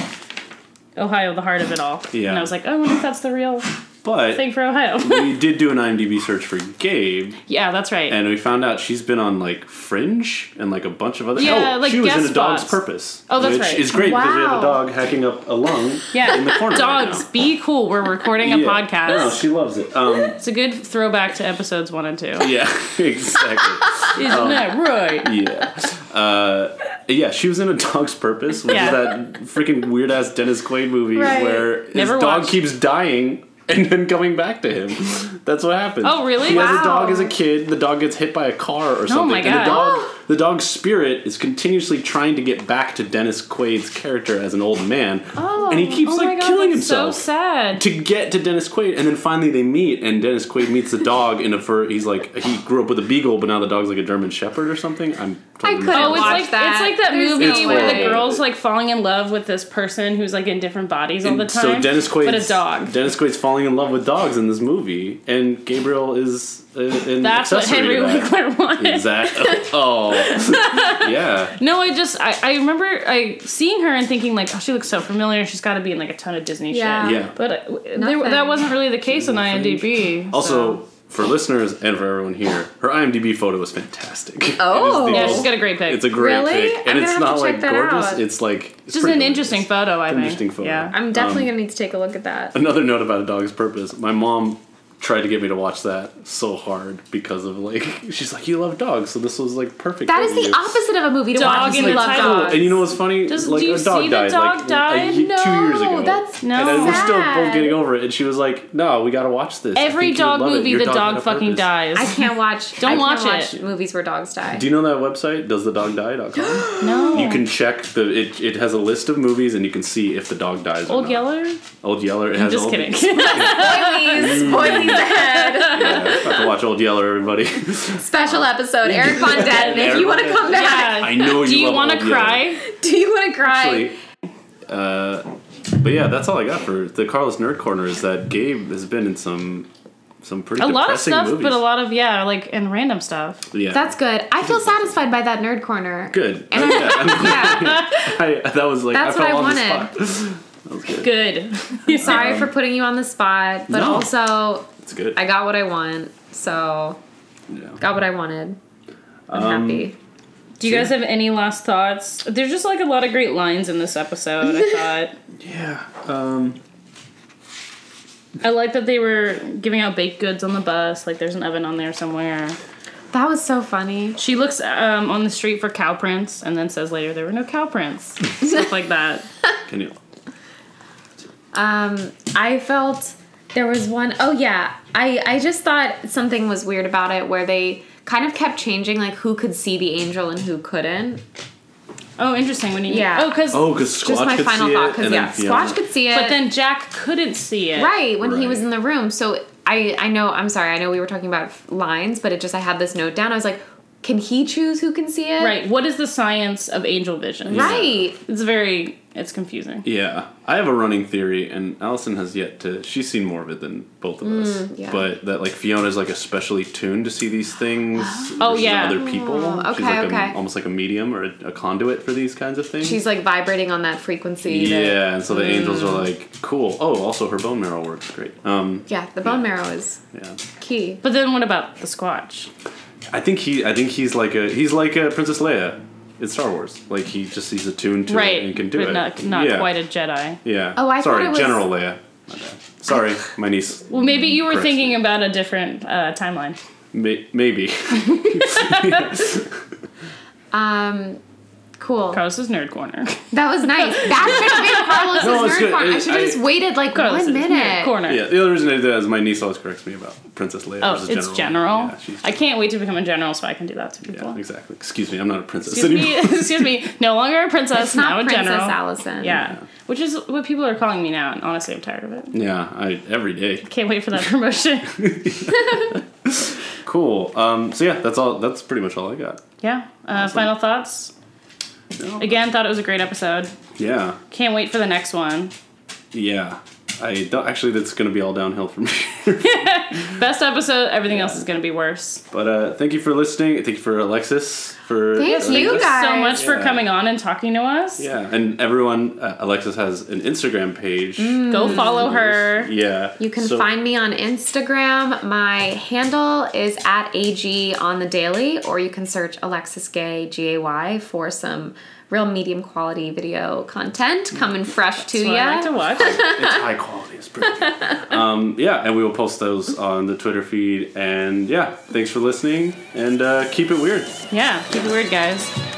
Speaker 2: Ohio, the heart of it all.
Speaker 1: Yeah.
Speaker 2: And I was like, oh, I wonder if that's the real
Speaker 1: but
Speaker 2: thing for Ohio.
Speaker 1: we did do an IMDb search for Gabe,
Speaker 2: yeah, that's right.
Speaker 1: and we found out she's been on like Fringe and like a bunch of other.
Speaker 2: Yeah,
Speaker 1: oh,
Speaker 2: like
Speaker 1: she was in
Speaker 2: guest
Speaker 1: a dog's
Speaker 2: spots.
Speaker 1: purpose.
Speaker 2: Oh, that's
Speaker 1: which
Speaker 2: right.
Speaker 1: is great because we have
Speaker 3: Wow.
Speaker 1: a dog hacking up a lung.
Speaker 2: yeah.
Speaker 1: in the corner. right
Speaker 2: Dogs,
Speaker 1: now.
Speaker 2: be cool. We're recording a
Speaker 1: Yeah. Oh,
Speaker 2: podcast.
Speaker 1: No, she loves it. Um,
Speaker 2: it's a good throwback to episodes one and two.
Speaker 1: yeah, Oh. exactly.
Speaker 2: Isn't that right?
Speaker 1: yeah. Uh, yeah, she was in A Dog's Purpose, which
Speaker 2: Yeah.
Speaker 1: is that freaking weird ass Dennis Quaid movie
Speaker 3: Right.
Speaker 1: where his
Speaker 2: Never
Speaker 1: dog
Speaker 2: watched.
Speaker 1: keeps dying and then coming back to him. That's what happens.
Speaker 2: Oh, really? Oh
Speaker 1: He has
Speaker 3: Wow.
Speaker 1: a dog as a kid. The dog gets hit by a car or something.
Speaker 2: my God.
Speaker 1: And the dog, the dog's spirit is continuously trying to get back to Dennis Quaid's character as an old man,
Speaker 2: Oh,
Speaker 1: and he keeps
Speaker 2: oh my
Speaker 1: like
Speaker 2: God,
Speaker 1: killing
Speaker 2: that's
Speaker 1: himself.
Speaker 2: So sad.
Speaker 1: to get to Dennis Quaid, and then finally they meet, and Dennis Quaid meets the dog in a fur. He's like he grew up with a beagle, but now the dog's like a German Shepherd or something. I'm totally
Speaker 3: I couldn't
Speaker 2: Oh, it's
Speaker 3: watch
Speaker 2: like
Speaker 3: that.
Speaker 2: it's like that
Speaker 3: There's
Speaker 2: movie
Speaker 3: no
Speaker 2: where
Speaker 1: way.
Speaker 2: the girl's like falling in love with this person who's like in different bodies all the
Speaker 1: And So
Speaker 2: time.
Speaker 1: Dennis Quaid,
Speaker 2: but a dog.
Speaker 1: Dennis Quaid's falling in love with dogs in this movie, and Gabriel is uh, an
Speaker 2: That's what
Speaker 1: accessory
Speaker 2: Henry
Speaker 1: to that.
Speaker 2: Winkler wanted.
Speaker 1: Exactly. Oh, yeah.
Speaker 2: No, I just I, I remember I seeing her and thinking like, oh, she looks so familiar. She's got to be in like a ton of Disney
Speaker 3: Yeah.
Speaker 2: shit.
Speaker 1: Yeah.
Speaker 2: But uh, there,
Speaker 3: Nothing.
Speaker 2: that wasn't really the case on IMDb.
Speaker 1: Also,
Speaker 2: so-
Speaker 1: for listeners and for everyone here, her IMDb photo is fantastic. It is the
Speaker 3: Oh.
Speaker 2: yeah,
Speaker 1: most-
Speaker 2: she's got a great pic.
Speaker 1: It's a great
Speaker 3: Really?
Speaker 1: pic,
Speaker 3: I'm
Speaker 1: and it's
Speaker 3: gonna
Speaker 1: not
Speaker 3: have to check
Speaker 1: like
Speaker 3: that
Speaker 1: gorgeous.
Speaker 3: out.
Speaker 1: It's like it's
Speaker 2: just
Speaker 1: pretty
Speaker 2: an
Speaker 1: gorgeous.
Speaker 2: interesting photo. I think.
Speaker 1: Interesting photo.
Speaker 2: Yeah.
Speaker 3: I'm definitely
Speaker 1: Um,
Speaker 3: gonna need to take a look at that.
Speaker 1: Another note about a dog's purpose. My mom tried to get me to watch that so hard because of like she's like you love dogs, so this was like perfect.
Speaker 3: That
Speaker 1: for
Speaker 3: is the
Speaker 1: you.
Speaker 3: opposite of a movie to
Speaker 2: Dog
Speaker 3: watch. "Oh, if
Speaker 2: in
Speaker 3: you
Speaker 2: the
Speaker 3: love
Speaker 2: title.
Speaker 3: dogs.
Speaker 1: And you know what's funny?
Speaker 2: Does-
Speaker 1: like
Speaker 2: do you
Speaker 1: a dog
Speaker 2: see the
Speaker 1: died
Speaker 2: dog
Speaker 1: like a
Speaker 2: died?
Speaker 1: ye- two
Speaker 3: No,
Speaker 1: years ago.
Speaker 3: that's
Speaker 2: No.
Speaker 1: And then we're still both
Speaker 3: sad.
Speaker 1: getting over it. And she was like, "No, we got to watch this." I
Speaker 2: Every
Speaker 1: think you would
Speaker 2: dog
Speaker 1: love it.
Speaker 2: movie,
Speaker 1: Your
Speaker 2: the
Speaker 1: had
Speaker 2: dog
Speaker 1: a
Speaker 2: fucking
Speaker 1: purpose."
Speaker 2: dies.
Speaker 3: I can't watch.
Speaker 2: Don't
Speaker 3: I can't
Speaker 2: watch it.
Speaker 3: watch Movies where dogs die.
Speaker 1: Do you know that website? Does the dog die.com?
Speaker 2: no.
Speaker 1: you can check the. It, it has a list of movies, and you can see if the dog dies. or
Speaker 2: Old
Speaker 1: not.
Speaker 2: Yeller.
Speaker 1: Old Yeller. It has
Speaker 2: Just
Speaker 1: all the-
Speaker 2: kidding.
Speaker 3: Spoilies, spoilies ahead.
Speaker 1: yeah, about to watch Old Yeller, everybody.
Speaker 3: Special episode. Eric Von Detten. If
Speaker 1: Eric
Speaker 3: you want to
Speaker 1: Von
Speaker 3: come back,
Speaker 1: I know you.
Speaker 2: Do you
Speaker 1: love
Speaker 2: want to
Speaker 1: Old Yeller.
Speaker 2: cry?
Speaker 3: do you want to cry?
Speaker 1: Actually, uh, but yeah, that's all I got for the Carlos Nerd Corner. Is that Gabe has been in some some pretty
Speaker 2: A lot of
Speaker 1: depressing
Speaker 2: stuff,
Speaker 1: movies.
Speaker 2: but a lot of yeah, like and random stuff.
Speaker 1: Yeah,
Speaker 3: That's good. I feel satisfied by that nerd corner.
Speaker 1: good.
Speaker 3: And
Speaker 1: yeah, I'm-
Speaker 3: Yeah.
Speaker 1: I- that was like
Speaker 3: That's
Speaker 1: I fell
Speaker 3: what
Speaker 1: on
Speaker 3: I
Speaker 1: the spot. That was good.
Speaker 2: Good.
Speaker 3: Sorry for putting you on the spot, but
Speaker 1: No.
Speaker 3: also
Speaker 1: It's good.
Speaker 3: I got what I want. So
Speaker 1: yeah.
Speaker 3: got what I wanted. I'm
Speaker 1: Um,
Speaker 3: happy.
Speaker 2: Do you guys have any last thoughts? There's just like a lot of great lines in this episode. I thought.
Speaker 1: Yeah. Um,
Speaker 2: I like that they were giving out baked goods on the bus. Like there's an oven on there somewhere.
Speaker 3: That was so funny.
Speaker 2: She looks um, on the street for cow prints and then says later there were no cow prints. Stuff like that.
Speaker 1: can you?
Speaker 3: Um, I felt there was one oh yeah. I I just thought something was weird about it where they kind of kept changing like who could see the angel and who couldn't.
Speaker 2: Oh, interesting. When you
Speaker 3: Yeah.
Speaker 2: oh, because
Speaker 1: Oh, because Squatch
Speaker 3: Just my
Speaker 1: could
Speaker 3: final
Speaker 1: see
Speaker 3: thought
Speaker 1: it,
Speaker 3: because
Speaker 1: and
Speaker 3: yeah,
Speaker 1: then Fiona-
Speaker 3: Squatch could see it.
Speaker 2: but then Jack couldn't see it.
Speaker 3: right when he
Speaker 1: Right.
Speaker 3: was in the room so i i know i'm sorry i know we were talking about f- lines but it just i had this note down i was like can he choose who can see it
Speaker 2: Right. What is the science of angel vision?
Speaker 3: right
Speaker 2: It's very. It's confusing.
Speaker 1: Yeah, I have a running theory, and Allison has yet to. She's seen more of it than both of us.
Speaker 3: Mm, yeah.
Speaker 1: But that like Fiona's like especially tuned to see these things.
Speaker 2: Oh,
Speaker 1: versus
Speaker 2: yeah.
Speaker 1: other people.
Speaker 3: Oh,
Speaker 1: she's
Speaker 3: okay,
Speaker 1: like a-
Speaker 3: okay.
Speaker 1: almost like a medium or a, a conduit for these kinds of things.
Speaker 3: she's like vibrating on that frequency that-
Speaker 1: yeah, and so the angels
Speaker 3: Mm.
Speaker 1: are like, cool. Oh, also her bone marrow works great. Um,
Speaker 3: yeah the bone marrow is
Speaker 1: yeah,
Speaker 3: key
Speaker 2: But then what about the Squatch?
Speaker 1: I think he, I think he's like a, he's like a Princess Leia in Star Wars. Like he just he's attuned to
Speaker 2: right.
Speaker 1: it and can do
Speaker 2: but
Speaker 1: it.
Speaker 2: Not, not
Speaker 1: yeah.
Speaker 2: quite a Jedi.
Speaker 1: yeah.
Speaker 3: Oh, I
Speaker 1: sorry,
Speaker 3: thought it was-
Speaker 1: General Leia. My bad. Sorry, my niece.
Speaker 2: Well, maybe you were
Speaker 1: Correct.
Speaker 2: thinking about a different uh, timeline.
Speaker 1: May- maybe.
Speaker 3: um Cool.
Speaker 2: Carlos's nerd corner.
Speaker 3: That was nice. That should have been
Speaker 1: No, it's
Speaker 3: Carlos's
Speaker 1: good.
Speaker 3: nerd corner. I
Speaker 1: It-
Speaker 3: should have just
Speaker 1: I-
Speaker 3: waited like
Speaker 2: Carlos's
Speaker 3: one
Speaker 2: nerd
Speaker 3: minute.
Speaker 2: corner.
Speaker 1: Yeah, the other reason I did that is my niece always corrects me about Princess Leia.
Speaker 2: Oh,
Speaker 1: versus
Speaker 2: it's general.
Speaker 1: Yeah, she's,
Speaker 2: I can't wait to become a general so I can do that to people.
Speaker 1: yeah, exactly. Excuse me, I'm not a princess
Speaker 2: Excuse me,
Speaker 1: anymore.
Speaker 2: excuse me. No longer a princess,
Speaker 3: It's not
Speaker 2: now a
Speaker 3: Princess
Speaker 2: general.
Speaker 3: Allison.
Speaker 2: Yeah. Which is what people are calling me now, and honestly, I'm tired of it.
Speaker 1: Yeah, I, every day.
Speaker 2: Can't wait for that promotion.
Speaker 1: Cool. Um, so yeah, that's all. That's pretty much all I got.
Speaker 2: yeah. Uh, Final thoughts.
Speaker 1: No?
Speaker 2: Again, thought it was a great episode.
Speaker 1: Yeah,
Speaker 2: Can't wait for the next one.
Speaker 1: yeah. I don't, actually, that's going to be all downhill from here.
Speaker 2: Best episode. Everything else is going to be worse.
Speaker 1: But uh, thank you for listening. Thank you for Alexis for
Speaker 3: Thank
Speaker 1: uh,
Speaker 3: you
Speaker 2: Thank
Speaker 3: guys.
Speaker 2: so much for
Speaker 1: Yeah.
Speaker 2: coming on and talking to us.
Speaker 1: Yeah, and everyone. Uh, Alexis has an Instagram page.
Speaker 3: Mm.
Speaker 2: Go follow Mm, her.
Speaker 1: Yeah,
Speaker 3: You can
Speaker 1: so-
Speaker 3: find me on Instagram. My handle is at AG on the daily, or you can search Alexis Gay, G A Y, for some real medium quality video content coming fresh to
Speaker 2: That's what I like to
Speaker 3: you.
Speaker 2: watch.
Speaker 1: it's high quality. It's pretty. good. um, yeah, and we will post those on the Twitter feed. And yeah, thanks for listening, and uh, keep it weird.
Speaker 2: yeah. Keep it weird, guys.